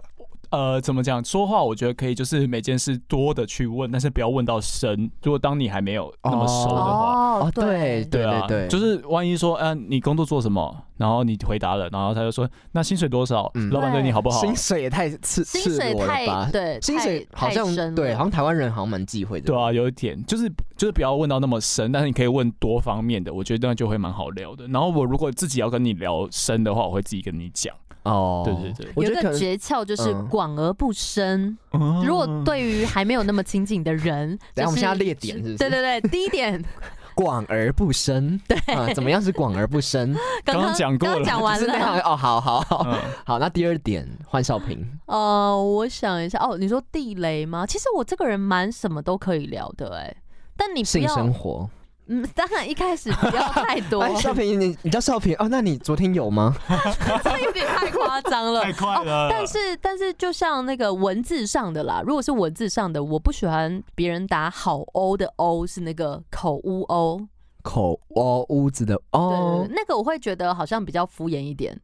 S2: 呃，怎么讲？说话我觉得可以，就是每件事多的去问，但是不要问到深。如果当你还没有那么熟的话，
S1: 哦
S3: 哦对
S2: 对啊，
S3: 对对对
S2: 就是万一说，嗯、你工作做什么？然后你回答了，然后他就说，那薪水多少？
S3: 嗯
S2: 老板对你好不好？
S3: 薪水也太赤
S1: 薪
S3: 赤
S1: 水
S3: 裸了
S1: 太
S3: 吧？
S1: 对，
S3: 薪水
S1: 太
S3: 好
S1: 太深
S3: 像
S1: 了
S3: 对，好像台湾人好像蛮忌讳的。
S2: 对啊，有一点就是就是不要问到那么深，但是你可以问多方面的，我觉得那就会蛮好聊的。然后我如果自己要跟你聊深的话，我会自己跟你讲。
S3: 哦，
S2: 对对对
S3: 我
S1: 有
S3: 觉
S1: 一
S3: 得可
S1: 个
S3: 能
S1: 诀窍就是
S3: 嗯
S1: 广而不深。
S2: 哦
S1: 如果对于还没有那么亲近的人，
S3: 哦
S1: 就是
S3: 等一下我们现在列点是不是
S1: 对对对，第一 点，
S3: 广而不深。对啊，怎么样是广而不深？
S1: 刚
S2: 刚刚讲过了
S1: 刚讲 完
S3: 就是那样
S1: 了。
S3: 哦，好好好
S2: 嗯
S3: 好。那第二点换少平，
S1: 呃，我想一下，哦，你说地雷吗？其实我这个人蛮什么都可以聊的、哎，但你不
S3: 性
S1: 要，
S3: 生活。
S1: 嗯，当然一开始不要太多，
S3: 哎，少平，你你叫少平哦？那你昨天有吗？
S1: 这有点太夸张了
S2: 太。快
S1: 哦
S2: 了，
S1: 但是，但是，就像那个文字上的啦，如果是文字上的，我不喜欢别人打好欧的欧是那个口乌欧，
S3: 口哦，屋子的
S1: 对
S3: 哦，
S1: 那个我会觉得好像比较敷衍一点。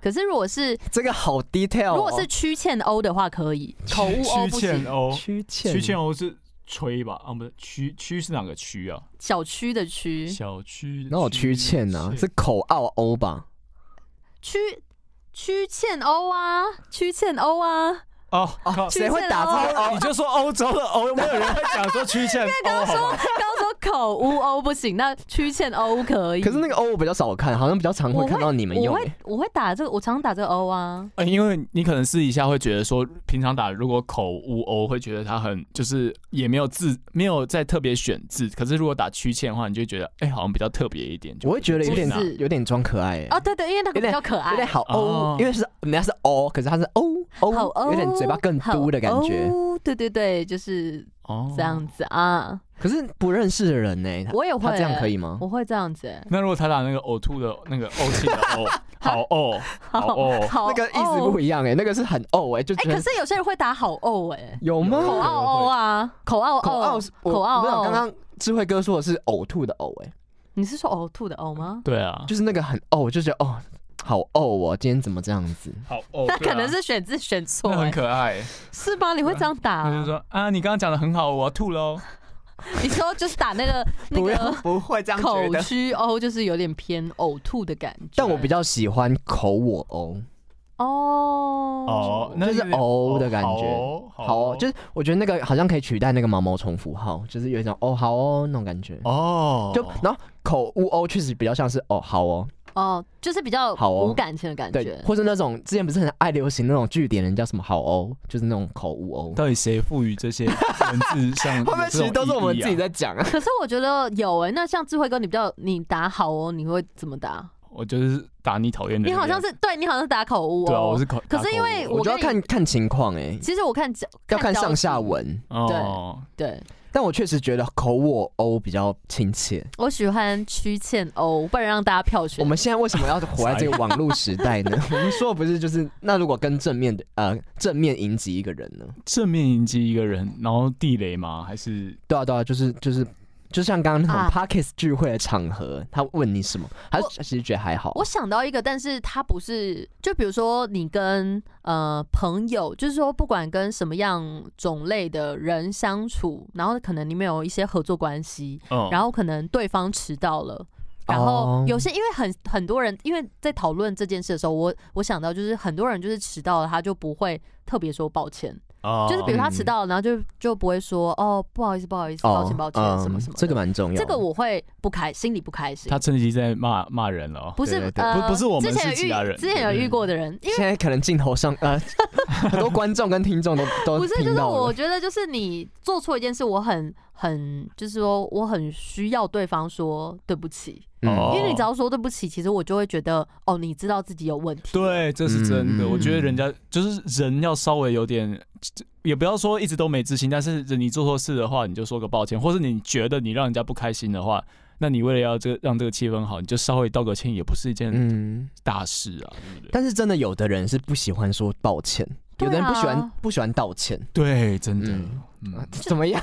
S1: 可是如果是
S3: 这个好 detail 哦。
S1: 如果是曲欠欧的话，可以口乌欧不
S2: 曲欠哦
S1: 行，
S2: 欧，
S3: 曲倩，
S2: 曲欠欧是吹吧？啊，不是曲曲是哪个曲啊？
S1: 小区的区
S2: 小区
S3: 哪有曲倩呢？啊是口澳欧吧？
S1: 曲曲欠欧啊，曲欠欧啊。
S2: 哦，靠
S1: 曲
S3: 谁会打
S1: 曲
S3: 这
S1: 倩
S3: 个哦
S2: 你
S3: 欧？
S2: 就说欧洲的欧，没有人会讲说曲欠欧，好吧？
S1: 刚说口乌欧不行，那曲欠欧可以。
S3: 可是那个哦欧我比较少看，好像比较常
S1: 我
S3: 会
S1: 会
S3: 看到你们
S1: 我
S3: 用。
S1: 会
S3: 哎
S1: 我会打这个，我常打这个欧啊。
S2: 呃，因为你可能私底下会觉得说，平常打如果口无欧，会觉得他很就是也没有字，没有再特别选字。可是如果打曲线的话，你就会觉得哎、好像比较特别一点。就
S3: 我会觉得有点
S1: 是
S3: 有点装可爱。哎
S1: 哦，对对，因为那个比较可爱，
S3: 有点好
S2: 哦
S3: 欧，因为是人家是欧，可是他是欧
S1: 好
S3: 欧，
S1: 欧，
S3: 有点嘴巴更嘟的感觉
S1: 好。哦欧对对对，就是
S2: 哦
S1: 这样子啊。
S3: 可是不认识的人呢，他
S1: 我也会
S3: 哦他这样可以吗？
S1: 我会这样子、欸，
S2: 那如果他打那个呕吐的那个呕气的呕，好呕，好呕，
S1: 好
S3: 哦那个意思
S1: 欧
S3: 不一样哎，那个是很欧哎，就
S1: 哎、
S3: 觉
S1: 可
S3: 得
S1: 是有些人会打好欧哎、
S3: 有吗？
S1: 口澳欧啊，口澳
S3: 口
S1: 欧
S3: 澳，
S1: 口哦澳
S3: 没有，
S1: 欧，
S3: 刚刚智慧哥说的是呕吐的呕哎，
S1: 你是说呕吐的呕吗？
S2: 对啊，
S3: 就是那个很呕，就觉得哦。好呕哦！今天怎么这样子？
S2: 好呕，
S1: 那
S2: 对啊
S1: 可能是选字选错、
S2: 那很
S1: 欸，
S2: 可爱。
S1: 是吗？你会这样打、
S2: 他就说啊，你刚刚讲的很好，我要吐喽。
S1: 你说就是打那个那
S3: 不要
S1: 个
S3: 不会这样觉
S1: 口
S3: 得。
S1: 区欧， 就是有点偏呕吐的感觉。
S3: 但我比较喜欢口我欧，
S1: 哦
S2: 哦，那
S3: 就是
S2: 有点
S3: 呕的感觉
S2: 好呕好
S3: 好哦，
S2: 呕
S3: 就是我觉得那个好像可以取代那个毛毛虫符号，就是有一种哦好哦那种感觉。
S2: 哦，
S3: 就然后口乌欧确实比较像是哦好哦，
S1: 哦，就是比较
S3: 好哦
S1: 无感情的感
S3: 对
S1: 觉，。
S3: 或是那种之前不是很爱流行那种据点，人叫什么好欧，就是那种口乌欧。
S2: 到底谁赋予这些文字上
S3: 会不会
S2: 有
S3: 其
S2: 这种
S3: 实都是我们
S2: 意义啊
S3: 自己在讲啊？
S1: 欸可是我觉得有哎、那像智慧哥，你比较你打好哦，你会怎么打？
S2: 我就是打你讨厌的那
S1: 你
S2: 个
S1: 好
S2: 样
S1: 像
S2: 子。
S1: 是对你好像是打口误哦、
S2: 对啊，我是口。
S1: 可是因为
S2: 打口误
S1: 我
S3: 我觉得
S1: 跟
S3: 要看看情况哎、
S1: 其实我看交
S3: 要看
S1: 交
S3: 上下
S1: 情
S3: 文。
S2: 哦，
S1: 对
S3: 但我确实觉得口我欧比较亲切。
S1: 我喜欢曲倩欧，不然让大家票选。
S3: 我们现在为什么要活在这个网络时代 呢？我们说的不是就是那如果跟正面的呃正面迎击一个人呢？
S2: 正面迎击一个人，然后地雷吗？还是
S3: 对啊对啊，就是就是就像刚刚那
S1: 啊
S3: 种 Parkes 聚会的场合，他问你什么，他
S1: 我
S3: 其实觉得还好
S1: 我。想到一个，但是它不是，就比如说你跟呃朋友，就是说不管跟什么样种类的人相处，然后可能你们有一些合作关系，
S2: 嗯，
S1: 然后可能对方迟到了。然后
S3: 哦
S1: 有些因为很很多人，因为在讨论这件事的时候，我我想到就是很多人就是迟到了，他就不会特别说抱歉，
S3: 嗯哦
S2: 后
S1: 就是比如他迟到了，然后就就不会说哦不好意思不好意思抱歉抱歉
S3: 嗯
S1: 什么什么的。
S3: 这个蛮重要的。
S1: 这个我会不开，心里不开心。
S2: 他趁机在骂骂人了哦。
S1: 不是
S3: 对对对
S1: 呃，
S2: 不不是我们
S1: 之前有
S2: 是其他
S1: 遇
S2: 人
S1: 之前有遇过的人，因为
S3: 现在可能镜头上呃很多观众跟听众都 都
S2: 哦
S1: 不是就
S3: 听
S1: 是
S3: 到
S1: 我
S3: 了。
S1: 觉得就是你做错一件事，我很很就是说我很需要对方说对不起，
S3: 嗯
S2: 哦
S1: 因为你只要说对不起，其实我就会觉得哦，你知道自己有问题。
S2: 对，这是真的。
S3: 嗯
S2: 我觉得人家就是人要稍微有点，也不要说一直都没自信，但是你做错事的话，你就说个抱歉，或是你觉得你让人家不开心的话，那你为了要这个让这个气氛好，你就稍微道个歉，也不是一件
S3: 嗯，
S2: 大事啊，对不对？
S3: 但是真的有的人是不喜欢说抱歉，有的人不喜
S1: 对啊
S3: 欢不喜欢道歉，
S2: 对，真的，
S3: 嗯
S2: 嗯，
S3: 怎么样？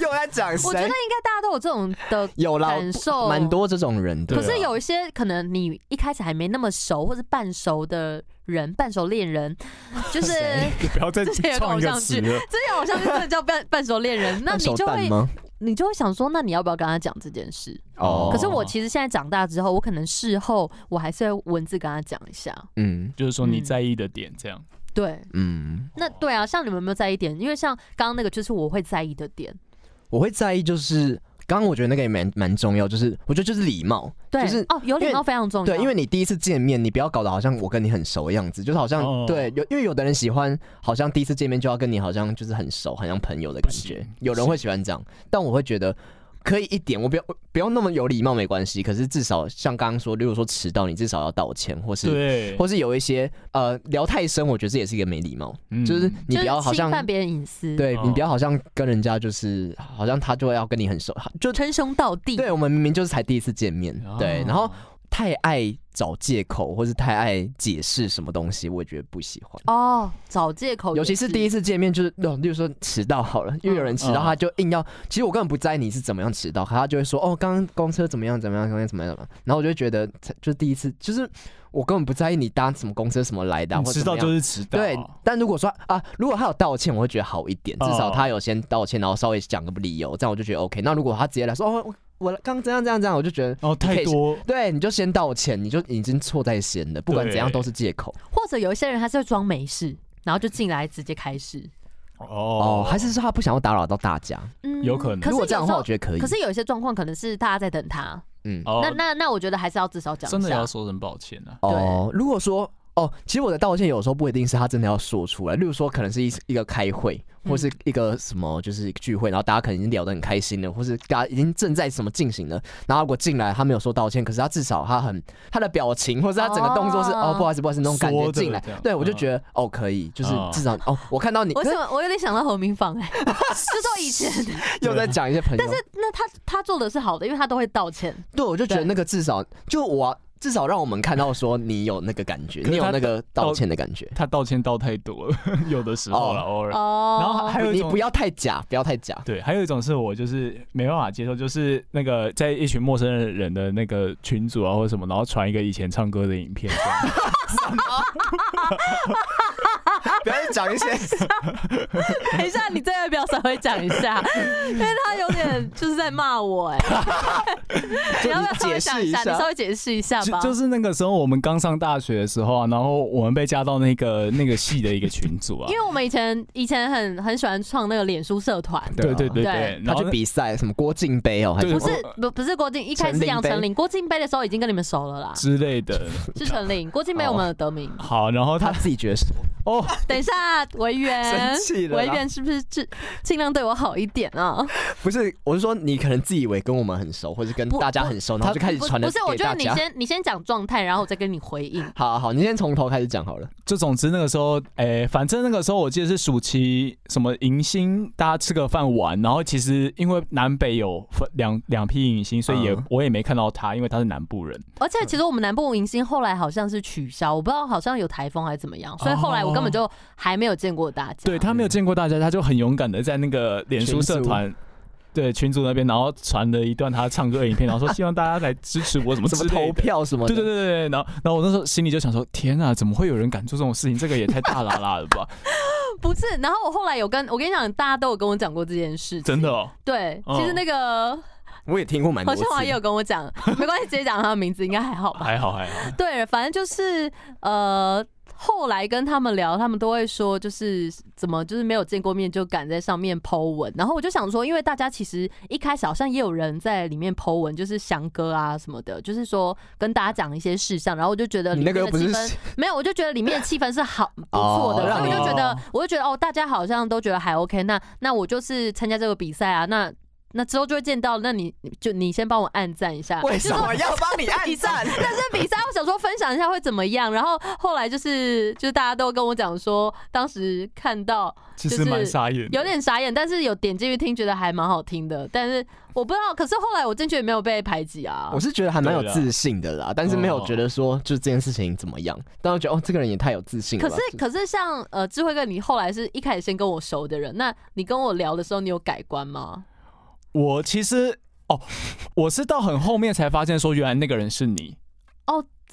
S3: 又在讲
S1: 我觉得
S3: 谁
S1: 应？该大家都有这种的
S3: 有啦，
S1: 感受，
S3: 蛮。多这种人 的。
S2: 对
S1: 可
S2: 啊
S1: 是有一些可能你一开始还没那么熟，或者半熟的人，半熟恋人， 就是
S3: 谁
S2: 就不要再
S1: 这也
S2: 创一
S1: 搞
S2: 个
S1: 上
S2: 词
S1: 去
S2: 了。
S1: 这前好像真的叫半半熟恋人，那
S3: 半
S1: 你
S3: 熟
S1: 就
S3: 蛋
S1: 会
S3: 吗？
S1: 你就会想说，那你要不要跟他讲这件事？
S2: 哦
S1: 可是我其实现在长大之后，我可能事后我还是会文字跟他讲一下。
S3: 嗯
S2: 就是说你
S1: 嗯
S2: 在意的点，这样。
S1: 对，
S3: 嗯，
S1: 那对啊，像你们有没有在意点？因为像刚刚那个就是我会在意的点，
S3: 我会在意就是。刚刚我觉得那个也蛮蛮重要，就是我觉得就是礼貌，
S1: 对，
S3: 就是
S1: 哦，有礼貌非常重要。
S3: 对，因为你第一次见面，你不要搞得好像我跟你很熟的样子，就是好像、
S2: 哦
S3: 对，有因为有的人喜欢，好像第一次见面就要跟你好像就是很熟，很像朋友的感
S2: 不
S3: 觉
S2: 行，
S3: 有人会喜欢这样，但我会觉得可以一点，我不要不用那么有礼貌没关系，可是至少像刚刚说，如果说迟到，你至少要道歉，或是
S2: 对，
S3: 或是有一些呃聊太深，我觉得这也是一个没礼貌，
S2: 嗯
S3: 就是你
S1: 就
S3: 不
S1: 是
S3: 要好
S1: 侵
S3: 像
S1: 犯别人隐私，，
S3: 对你
S2: 哦
S3: 不要好像跟人家就是好像他就要跟你很熟，就
S1: 称兄道弟，
S3: 对我们明明就是才第一次见面，对，然后
S2: 哦
S3: 太爱找借口或是太爱解释什么东西，我也觉得不喜欢。
S1: 哦，找借口，
S3: 尤其是第一
S1: 次，
S3: 次见面，就是那种，例如说迟到好了，因为有人迟到，
S2: 嗯
S3: 他就硬要。其实我根本不在意你是怎么样迟到，可他就会说：“哦，刚刚公车怎么样怎么样，怎么样怎么样。”然后我就觉得，就是第一次，就是我根本不在意你搭什么公车什么来的啊，
S2: 你
S3: 或
S2: 嗯迟
S3: 怎么
S2: 到
S3: 样
S2: 就是迟到，
S3: 对，但如果说啊，如果他有道歉，我会觉得好一点，至少
S2: 哦
S3: 他有先道歉，然后稍微讲个理由，这样我就觉得 OK。那如果他直接来说哦，我我刚这样这样这样，我就觉得
S2: 哦，
S3: 你可
S2: 太
S3: 以
S2: 多
S3: 对，你就先道歉，你就已经错在先了，不管怎样都是借口
S1: 或者有一些人他是会装没事，然后就进来直接开始，
S2: 哦
S3: 哦，还是说他不想要打扰到大家？
S1: 嗯
S2: 有可能
S1: 可是
S3: 如果
S1: 有
S3: 这样的
S1: 时
S3: 话，
S1: 候
S3: 我觉得可以。
S1: 可是有一些状况可能是大家在等他，
S3: 嗯，
S2: 哦
S1: 那那那我觉得还是要至少讲一下，
S2: 真的要说声抱歉啊。
S3: 哦，如果说哦，其实我的道歉有时候不一定是他真的要说出来，例如说可能是一一个开会，
S1: 嗯
S3: 或是一个什么就是聚会，然后大家可能已经聊得很开心了，或是大家已经正在什么进行了，然后如果进来他没有说道歉，可是他至少他很他的表情或是他整个动作是
S1: 哦
S3: 哦不好意思不好意思那种感觉
S2: 缩着
S3: 进来
S2: 这样，
S3: 对我就觉得哦可以，就是
S2: 哦
S3: 至少哦我看到你
S1: 我，怎么我有点想到何明芳哎、欸，就说以前，
S3: 又在讲一些朋友，但是
S1: 那他他做的是好的，因为他都会道歉。
S3: 对我就觉得
S1: 对
S3: 那个至少就我。至少让我们看到说你有那个感觉，
S2: 可是
S3: 你有
S2: 他
S3: 那个道歉的感觉。
S2: 他道歉道太多了， 有的时候了，偶尔。
S1: 哦，
S2: 然后还有一
S3: 你
S2: 种
S3: 不要太假，不要太假。
S2: 对，还有一种是我就是没办法接受，就是那个在一群陌生人的那个群组啊或者什么，然后传一个以前唱歌的影片这样，
S3: 不要再讲 一些
S1: 等一下，你再要不要稍微讲一 下？因为他有点就是在骂我哎、你要不要稍微讲下？你稍微解释一下吧。
S2: 就就是那个时候我们刚上大学的时候啊，然后我们被加到那个那个系的一个群组啊
S1: 因，为我们以前以前很很喜欢创那个脸书社团，
S2: 对对
S3: 对
S2: 对
S1: 对
S2: 对，
S3: 他
S2: 然后
S3: 去比赛，什么郭靖杯哦，还
S2: 对
S1: 不
S3: 是
S1: 是不不是郭靖，一开始是杨丞琳，郭靖杯的时候已经跟你们熟了啦，
S2: 之类的。
S3: 哦
S1: 是丞琳，郭靖杯我们有得名。
S2: 好，然后
S3: 他
S2: 他
S3: 自己觉得是
S2: 哦，
S1: 等一下，维园
S3: 生气，了啦
S1: 维园是不是尽尽量对我好一点啊？
S3: 不是，我是说你可能自以为跟我们很熟，或者跟
S1: 不
S3: 大家很熟，然后就开始
S1: 不
S3: 传了
S1: 不是，我
S3: 给
S1: 觉
S3: 大
S1: 得你
S3: 家。
S1: 先你先讲状态，然后我再跟你回应。
S3: 好好好，你先从头开始讲好了。
S2: 就总之那个时候，诶、反正那个时候我记得是暑期什么迎新，大家吃个饭玩，然后其实因为南北有分两两批迎新，所以也、
S3: 嗯
S2: 我也没看到他，因为他是南部人。
S1: 而且其实我们南部迎新后来好像是取消，我不知道好像有台风还是怎么样，所以后来我根本就还没有见过大家。
S2: 哦对他没有见过大家，他就很勇敢的在那个脸书社团。对群主那边，然后传了一段他唱歌的影片，然后说希望大家来支持我，什么
S3: 什
S2: 之
S3: 么
S2: 类的。
S3: 投票什么的？
S2: 对对对对，对然后然后我那时候心里就想说，天啊，怎么会有人敢做这种事情？这个也太大啦啦了吧！
S1: 不是，然后我后来有跟我跟你讲，大家都有跟我讲过这件事情。
S2: 真的、哦，
S1: 对，
S2: 哦
S1: 其实那 个
S3: 我也听过蛮
S1: 何
S3: 多次
S1: 秀
S3: 的。
S1: 华也有跟我讲，没关系，直接讲他的名字应该还好吧？
S2: 还好还好。
S1: 对，反正就是呃，后来跟他们聊，他们都会说，就是怎么就是没有见过面就敢在上面 Po 文，然后我就想说，因为大家其实一开始好像也有人在里面 Po 文，就是翔哥啊什么的，就是说跟大家讲一些事项，然后我就觉得里
S3: 你那
S1: 面
S3: 个又
S1: 的
S3: 不
S1: 气
S3: 是
S1: 氛没有，我就觉得里面的气氛是 好不错
S3: 哦
S1: 的，然后我
S3: 让
S1: 就
S3: 你
S1: 觉得，我就觉得哦，大家好像都觉得还 OK，那那我就是参加这个比赛啊，那。那之后就会见到，那你就你先帮我按赞一下，
S3: 为
S1: 就是
S3: 什么要帮你按赞？
S1: 但是 比赛，我想说分享一下会怎么样。然后后来就是，就是大家都跟我讲说，当时看到
S2: 其
S1: 就
S2: 实
S1: 是
S2: 蛮傻眼的，
S1: 有点傻眼，但是有点进去听，觉得还蛮好听的。但是我不知道，可是后来我进去也没有被排挤啊
S3: 我。是觉得还蛮有自信的啦，但是没有觉得说就这件事情怎么样，但我觉得哦，这个人也太有自信了
S1: 可
S3: 吧。
S1: 是可是像呃，智慧哥，你后来是一开始先跟我熟的人，那你跟我聊的时候，你有改观吗？
S2: 我其实哦，我是到很后面才发现说，原来那个人是你，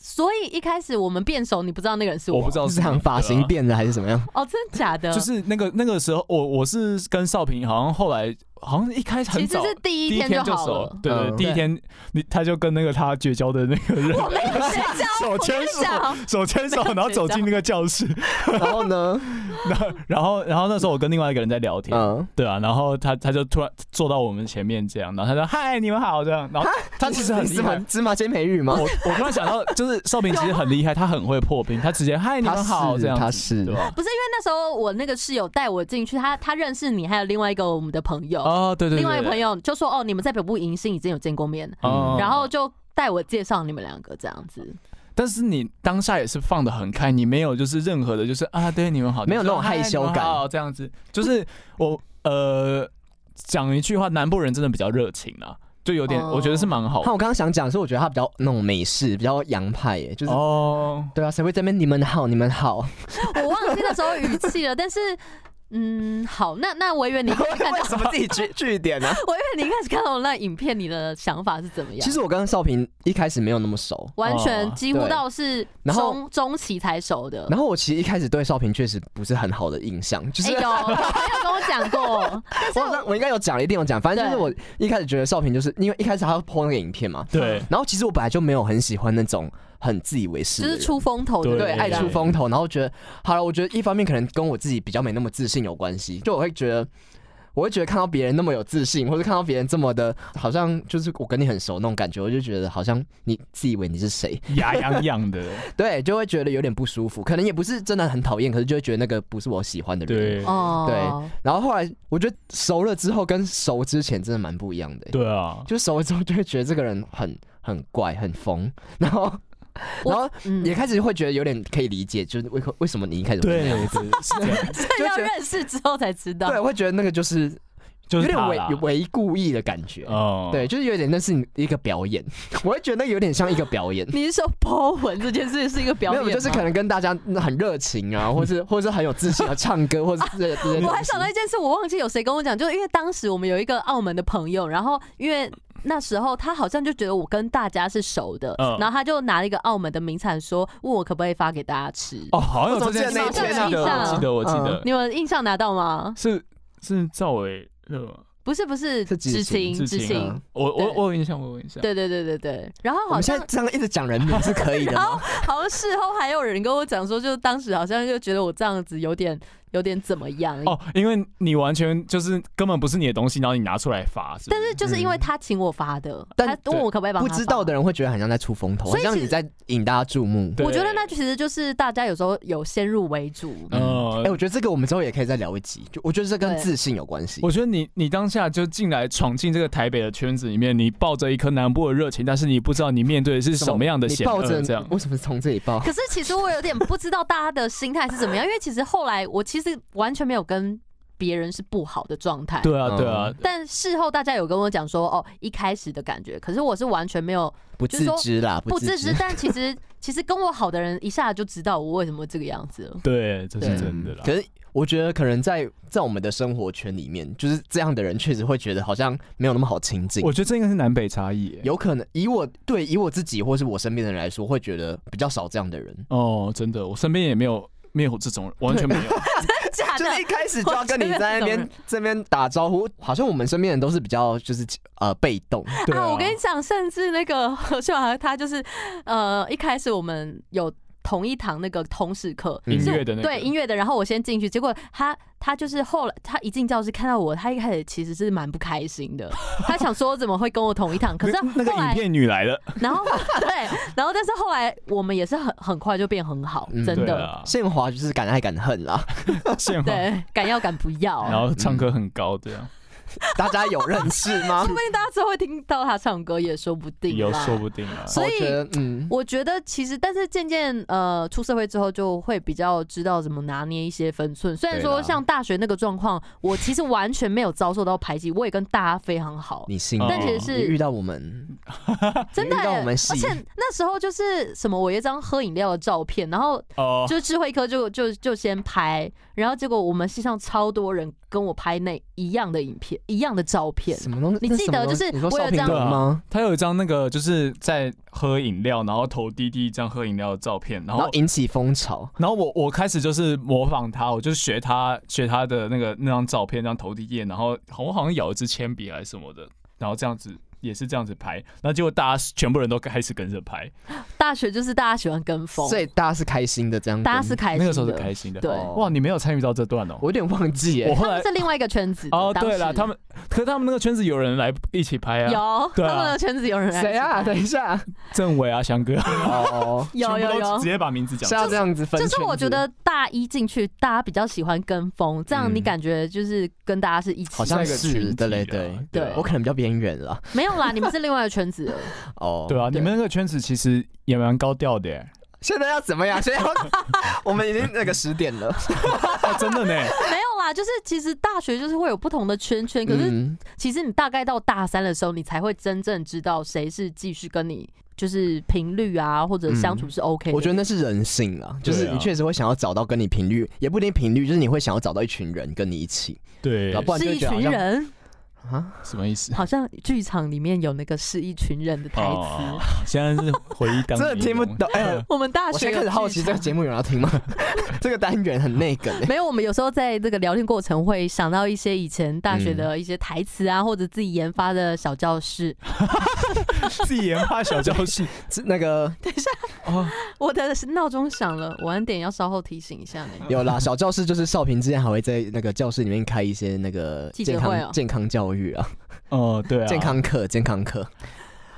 S1: 所以一开始我们变熟，你不知道那个人啊是我，
S2: 我不知道
S3: 是这
S2: 你
S3: 样发型变了还是怎么样？
S1: 哦，真的假的？
S2: 就是那个那个时候，我我是跟少平，好像后来好像一开始
S1: 其
S2: 很
S1: 实
S2: 早
S1: 是第
S2: 第
S1: 一
S2: 一
S1: 天
S2: 天
S1: 就
S2: 就
S1: 好
S2: 熟
S1: 了，。
S2: 对对，
S3: 嗯
S2: 第一天你他就跟那个他绝交的那个人
S1: 我没 有谁教，
S2: 手
S1: 我跟
S2: 牵
S1: 你
S2: 手，
S1: 讲，
S2: 手牵手
S1: 没，有
S2: 然后
S1: 绝
S2: 走
S1: 交
S2: 进那个教室，
S3: 然后 呢？
S2: 然后然后然后那时候我跟另外一个人在聊天，
S3: 嗯，
S2: 对啊，然后他他就突然坐到我们前面这样，然后他说嗨你们好这样，然后他其实很厉
S3: 芝麻
S2: 害。
S3: 芝麻煎培育吗
S2: 我？我突然想到，就是少平其实很厉害，他很会破冰，他直接嗨你
S3: 他
S2: 们好
S3: 是
S2: 这样
S3: 他
S2: 子，
S3: 是
S2: 对吧？
S1: 不是因为那时候我那个室友带我进去，他他认识你，还有另外一个我们的朋友，
S2: 哦，对对，
S1: 另外一个朋
S2: 友，
S1: 友就说哦，你们在北部迎新已经有见过面了，
S3: 嗯
S2: 哦
S1: 然后就带我介绍你们两个这样子。
S2: 但是你当下也是放的很开，你没有就是任何的，就是啊，对你们好，
S3: 没有那种
S2: 就是
S3: 害羞感
S2: 嗨你们好这样子。就是我呃讲一句话，南部人真的比较热情啊，就有点
S1: 哦
S2: 我觉得是蛮好
S3: 看我刚刚想讲，是我觉得他比较那种美式，比较洋派耶，就是
S2: 哦。
S3: 对啊，谁会在那边你们好你们好？
S1: 我忘记那时候语气了，但是嗯，好，那那我以为你一开始 看到，
S3: 为什么自己据据点啊呢？
S1: 我以为你一开始看到那影片，你的想法是怎么样？
S3: 其实我跟少平一开始没有那么熟，
S1: 完全
S2: 哦
S1: 几乎
S3: 对
S1: 到是
S3: 然后
S1: 中中期才熟的。
S3: 然后我其实一开始对少平确实不是很好的印象，就
S1: 哎、
S3: 是
S1: 有有朋友跟我讲过，
S3: 我好像我应该有讲了，一定有讲。反正就是我一开始觉得少平，就是因为一开始他要 PO 那个影片嘛，
S2: 对，
S3: 然后其实我本来就没有很喜欢那种很自以为 是
S1: 就
S3: 的人，
S1: 是出风头的
S2: 对
S3: 对
S1: 人
S3: 爱
S1: 这样
S3: 出风头，然后觉得好了，我觉得一方面可能跟我自己比较没那么自信有关系，就我会觉得。我会觉得看到别人那么有自信，或者看到别人这么的，好像就是我跟你很熟那种感觉，我就觉得好像你自以为你是谁，
S2: 牙痒痒的，
S3: 对，就会觉得有点不舒服。可能也不是真的很讨厌，可是就会觉得那个不是我喜欢的人。
S2: 对
S1: 哦，
S3: 对然后后来我觉得熟了之后跟熟之前真的蛮不一样的、欸
S2: 对啊，
S3: 就熟了之后就会觉得这个人很很怪很疯，然后
S1: 我
S3: 然后
S1: 嗯
S3: 也开始会觉得有点可以理解，就是为为什么你一开始会那
S2: 对
S3: 样，
S2: 对是这样，
S1: 这要
S3: 觉得
S1: 认识之后才知道。
S3: 对，会觉得那个就是
S2: 就是
S3: 有
S2: 他
S3: 点
S2: 啦
S3: 为为故意的感觉，
S2: 哦，
S3: 对，就是有点那是你一个表演， 我会觉得那个有点像一个表演。
S1: 你是说抛文这件事是一个表
S3: 没
S1: 演
S3: 有，
S1: 吗？
S3: 就是可能跟大家很热情啊，或是或是很有自信啊，唱歌，或是这些这 些
S1: 我
S3: 东
S1: 还
S3: 西
S1: 想到一件事，我忘记有谁跟我讲，就是因为当时我们有一个澳门的朋友，然后因为那时候他好像就觉得我跟大家是熟的，
S2: 嗯
S1: 然后他就拿了一个澳门的名产说，问我可不可以发给大家吃。
S2: 哦，好像有这
S3: 我
S2: 件
S3: 怎
S2: 事，
S3: 么
S2: 我
S1: 记
S2: 记
S1: 得那一天
S2: 得，
S1: 啊
S2: 我记得，我记得，
S1: 你们印象拿到吗？
S2: 嗯是是赵伟对吧？
S1: 不是不是，
S3: 是
S1: 知
S3: 知
S1: 情
S3: 情
S2: 知
S1: 知
S2: 情
S1: 情
S3: 嗯，
S2: 啊我
S1: 对
S2: 我我有印象，我有印象。
S1: 对对对对对。然后
S3: 我
S1: 好
S3: 们现
S1: 像
S3: 在这样一直讲人名是可以的
S1: 然后
S3: 吗？
S1: 好像事后还有人跟我讲说，就当时好像就觉得我这样子有点有点怎么样。
S2: 哦，因为你完全就是根本不是你的东西，然后你拿出来发，是不
S1: 但
S2: 是
S1: 是就是因为他请我发的，
S3: 但
S1: 他问我可不可以帮他
S3: 不
S1: 发
S3: 知道的人会觉得很像在出风头，
S1: 所
S3: 很
S1: 以
S3: 像
S1: 其实
S3: 你在引大家注目。
S2: 对
S1: 我觉得那其实就是大家有时候有先入为主，
S2: 呃
S3: 哎、，我觉得这个我们之后也可以再聊一集，就我觉得这跟
S1: 对
S3: 自信有关系。
S2: 我觉得你你当下就进来闯进这个台北的圈子里面，你抱着一颗南部的热情，但是你不知道你面对的是什么样的
S3: 你
S2: 险呃
S3: 抱着
S2: 恶，这样。
S3: 为什么从这里抱？
S1: 可是其实我有点不知道大家的心态是怎么样，因为其实后来我其实完全没有跟别人是不好的状态。
S2: 对啊，对啊，
S1: 但事后大家有跟我讲说，哦，一开始的感觉，可是我是完全没有
S3: 不
S1: 就
S3: 自
S1: 是说
S3: 知啦，
S1: 不自
S3: 自
S1: 知，但其实其实跟我好的人一下就知道我为什么这个样子 了。
S2: 对，这
S1: 对
S2: 是真的啦
S3: 可。是我觉得可能在在我们的生活圈里面，就是这样的人确实会觉得好像没有那么好亲近。
S2: 我觉得这应该是南北差异耶。
S3: 有可能以我对以我自己或是我身边的人来说，会觉得比较少这样的人。
S2: 哦，真的，我身边也没有没有这种人，完全没 有。
S1: 假
S3: 就
S1: 的，
S3: 是一开始就要跟你在那
S1: 啊我觉得那
S3: 边
S1: 种
S3: 这边打招呼，好像我们身边人都是比较就是呃被动，
S2: 对
S1: 啊，我跟你讲，甚至那个何秀华他就是，呃，一开始我们有同一堂那个通识课，
S2: 音
S1: 是
S2: 乐的那个
S1: 对音乐的，然后我先进去，结果他他就是后来他一进教室看到我，他一开始其实是蛮不开心 的，他想说怎么会跟我同一堂，可是
S2: 那那个
S1: 后
S2: 影
S1: 来，
S2: 片女来了，
S1: 然后对，然后但是后来我们也是很很快就变很好，
S3: 嗯
S1: 真
S2: 对
S1: 的，
S2: 啊，
S3: 宪华就是敢爱敢恨啦，
S2: 现话，
S1: 对，敢要敢不要，
S2: 然后唱歌很高，这样
S3: 大家有认识吗？
S1: 说不定大家之后会听到他唱歌也说不定啦，
S2: 有说不定 啊。
S1: 所以
S3: 我觉得嗯，
S1: 我觉得其实，但是渐渐呃出社会之后，就会比较知道怎么拿捏一些分寸。虽然
S3: 对
S1: 说
S3: 啦
S1: 像大学那个状况，我其实完全没有遭受到排挤，我也跟大家非常好，
S3: 你信
S2: 哦
S1: 但其实
S3: 你遇
S1: 是
S3: 到我们，
S1: 真的
S3: 你遇到
S1: 欸、
S3: 我们系
S1: 而且那时候就是什么，我有一张喝饮料的照片，然后
S2: 哦，
S1: 就是智慧科就就就先拍，然后结果我们系上超多人跟我拍那一样的影片，一样的照片。
S3: 什么东西？
S1: 你
S3: 那
S1: 记
S3: 什么
S1: 得
S3: 东
S1: 就是
S3: 你说
S1: 我有
S3: 少
S1: 这
S3: 平
S1: 样
S2: 对啊
S3: 吗？
S2: 他有一张那个就是在喝饮料，然后头滴滴这样喝饮料的照片，然
S3: 然后
S2: 后
S3: 引起风潮，
S2: 然后我我开始就是模仿他，我就学他学他的那个那张照片，那张头滴滴，然后好我好像咬一支铅笔还是什么的，然后这样子也是这样子拍，然后结果大家全部人都开始跟着拍，
S1: 大学就是大家喜欢跟风，
S3: 所以大家是开心的这样。
S1: 大家是开心的，
S2: 那个时候是开心的。
S1: 对
S3: 哦
S2: 哇，你没有参与到这段哦、
S3: 我有点忘记耶
S2: 我。后
S1: 他
S2: 来
S1: 们是另外一个圈子的
S2: 哦，对
S1: 当
S2: 了，
S1: 时
S2: 他们可是他们那个圈子有人来一起拍啊，
S1: 有，
S2: 对啊
S1: 他们的圈子有人来
S3: 谁啊？ 等一下，
S2: 政委啊、翔哥，
S3: 哦，
S1: 有
S2: 全
S1: 有
S2: 部都
S1: 有
S2: 直，接把名字讲
S3: 是啊
S2: 出
S3: 要这
S2: 来。
S3: 样子分
S1: 就
S3: 圈子。
S1: 是我觉得大一进去，大家比较喜欢跟风，这样你
S3: 嗯
S1: 感觉就是跟大家是一起，
S3: 好像
S2: 是一个群
S3: 是
S2: 体
S3: 的嘞，
S2: 的
S3: 对
S2: 对
S1: 啊
S3: 我可能比较边缘了。
S1: 没有啦，你们是另外的圈子了，
S3: 哦，
S2: 对啊，
S1: 对
S2: 你们那个圈子其实也蛮高调的耶，
S3: 现在要怎么 样？现在要 我们已经那个十点了。
S2: 啊真的呢。
S1: 没有啦，就是其实大学就是会有不同的圈圈，哎可是
S3: 嗯，
S1: 其实你大概到大三的时候，你才会真正知道谁是继续跟你就是频率啊，或者相处是 OK 的。
S3: 嗯我觉得那是人性啦，就是
S2: 对啊
S3: 你确实会想要找到跟你频率，也不一定频率，就是你会想要找到一群人跟你一起，
S2: 对
S3: 然后不然
S1: 是
S3: 就
S1: 一
S3: 会觉得好
S1: 群
S3: 像
S1: 人，
S3: 啊，
S2: 什么意思？
S1: 好像剧场里面有那个是一群人的台
S2: 哦
S1: 词。
S2: 现在是回忆当
S3: 真
S2: 年哦
S3: 的听不懂。哎呦，
S1: 我们大
S3: 我
S1: 学
S3: 现在
S1: 有
S3: 开始好
S1: 剧
S3: 奇这个
S1: 场
S3: 节目有人要听 吗？这个单元很内梗欸
S1: 没有，我们有时候在这个聊天过程会想到一些以前大学
S3: 嗯
S1: 的一些台词啊，或者自己研发的小教室。
S2: 自己研发小教室，
S3: 这那 个
S2: 哦，
S1: 我的闹钟响了，晚点要稍后提醒一下呢。
S3: 有啦，小教室就是少平之前还会在那个教室里面开一些那个
S1: 记
S3: 健
S1: 者会哦
S3: 康健康教育啊，
S2: 哦，对啊，
S3: 健康课健康课。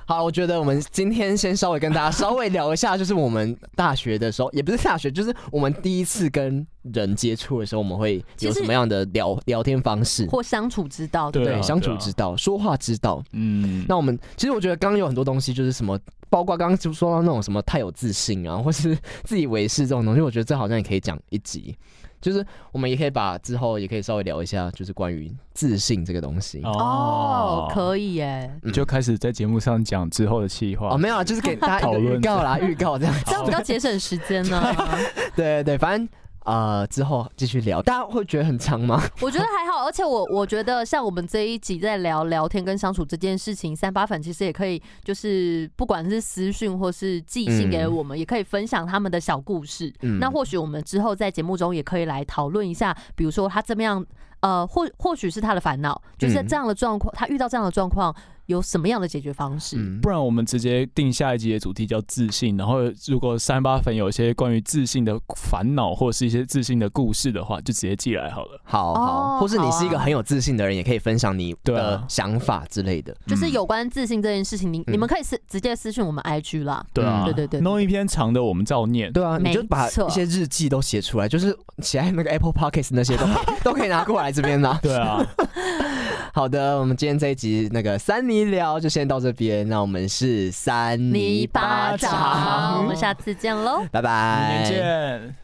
S3: 好，我觉得我们今天先稍微跟大家稍微聊一下，就是我们大学的时候，也不是大学，就是我们第一次跟人接触的时候，我们会
S1: 其
S3: 有
S1: 实
S3: 什么样的聊聊天方式？
S1: 或相处之道，
S2: 对啊
S3: 对，相处之道，说话之道。
S2: 嗯，
S3: 那我们其实我觉得刚刚有很多东西，就是什么，包括刚刚就说到那种什么太有自信啊，或是自以为是这种东西，我觉得这好像也可以讲一集。就是我们也可以把之后也可以稍微聊一下，就是关于自信这个东西。
S1: 哦，可以耶，
S2: 以就开始在节目上讲之后的计划
S3: 哦，没有啊，就是给 大家一
S2: 讨
S3: 个
S2: 论
S3: 预告啦，预告这样。
S1: 这样比较节省时间呢、
S3: 对对对，反正呃之后继续聊，大家会觉得很 长吗？
S1: 我觉得还好，而且我我觉得像我们这一集在聊聊天跟相处这件事情，三八粉其实也可以，就是不管是私讯或是寄信给我们，也可以分享他们的小故事。
S3: 嗯
S1: 那或许我们之后在节目中也可以来讨论一下，比如说他怎么样，呃，或或许是他的烦恼，就是
S3: 嗯
S1: 这样的状况，他遇到这样的状况。有什么样的解决方式？
S3: 嗯
S2: 不，然我们直接定下一集的主题叫自信，然后如果三八粉有一些关于自信的烦恼或是一些自信的故事的话，就直接寄来好了。
S3: 好
S1: 哦
S3: 好，或是你是一个
S1: 好啊
S3: 很有自信的人，也可以分享你
S2: 对
S3: 的
S2: 啊
S3: 想法之类的。
S1: 就是
S2: 嗯
S1: 有关自信这件事情，你、
S3: 嗯
S1: 你们可以私直接私信我们 IG 啦。
S2: 对
S1: 嗯
S2: 啊，
S1: 对对对对
S2: 弄一篇长的我们照念。
S3: 对啊，你就把
S1: 没错
S3: 一些日记都写出来，就是写在那个 Apple Podcast 那些都可以都可以拿过来这边拿。
S2: 对啊，
S3: 好的，我们今天这一集那个三尼聊就先到这边，那我们是三
S1: 泥
S3: 尼
S1: 巴
S3: 巴
S1: 掌，我
S3: 掌
S1: 们，下次见喽。
S3: 拜拜，
S1: 哎
S2: 明年见。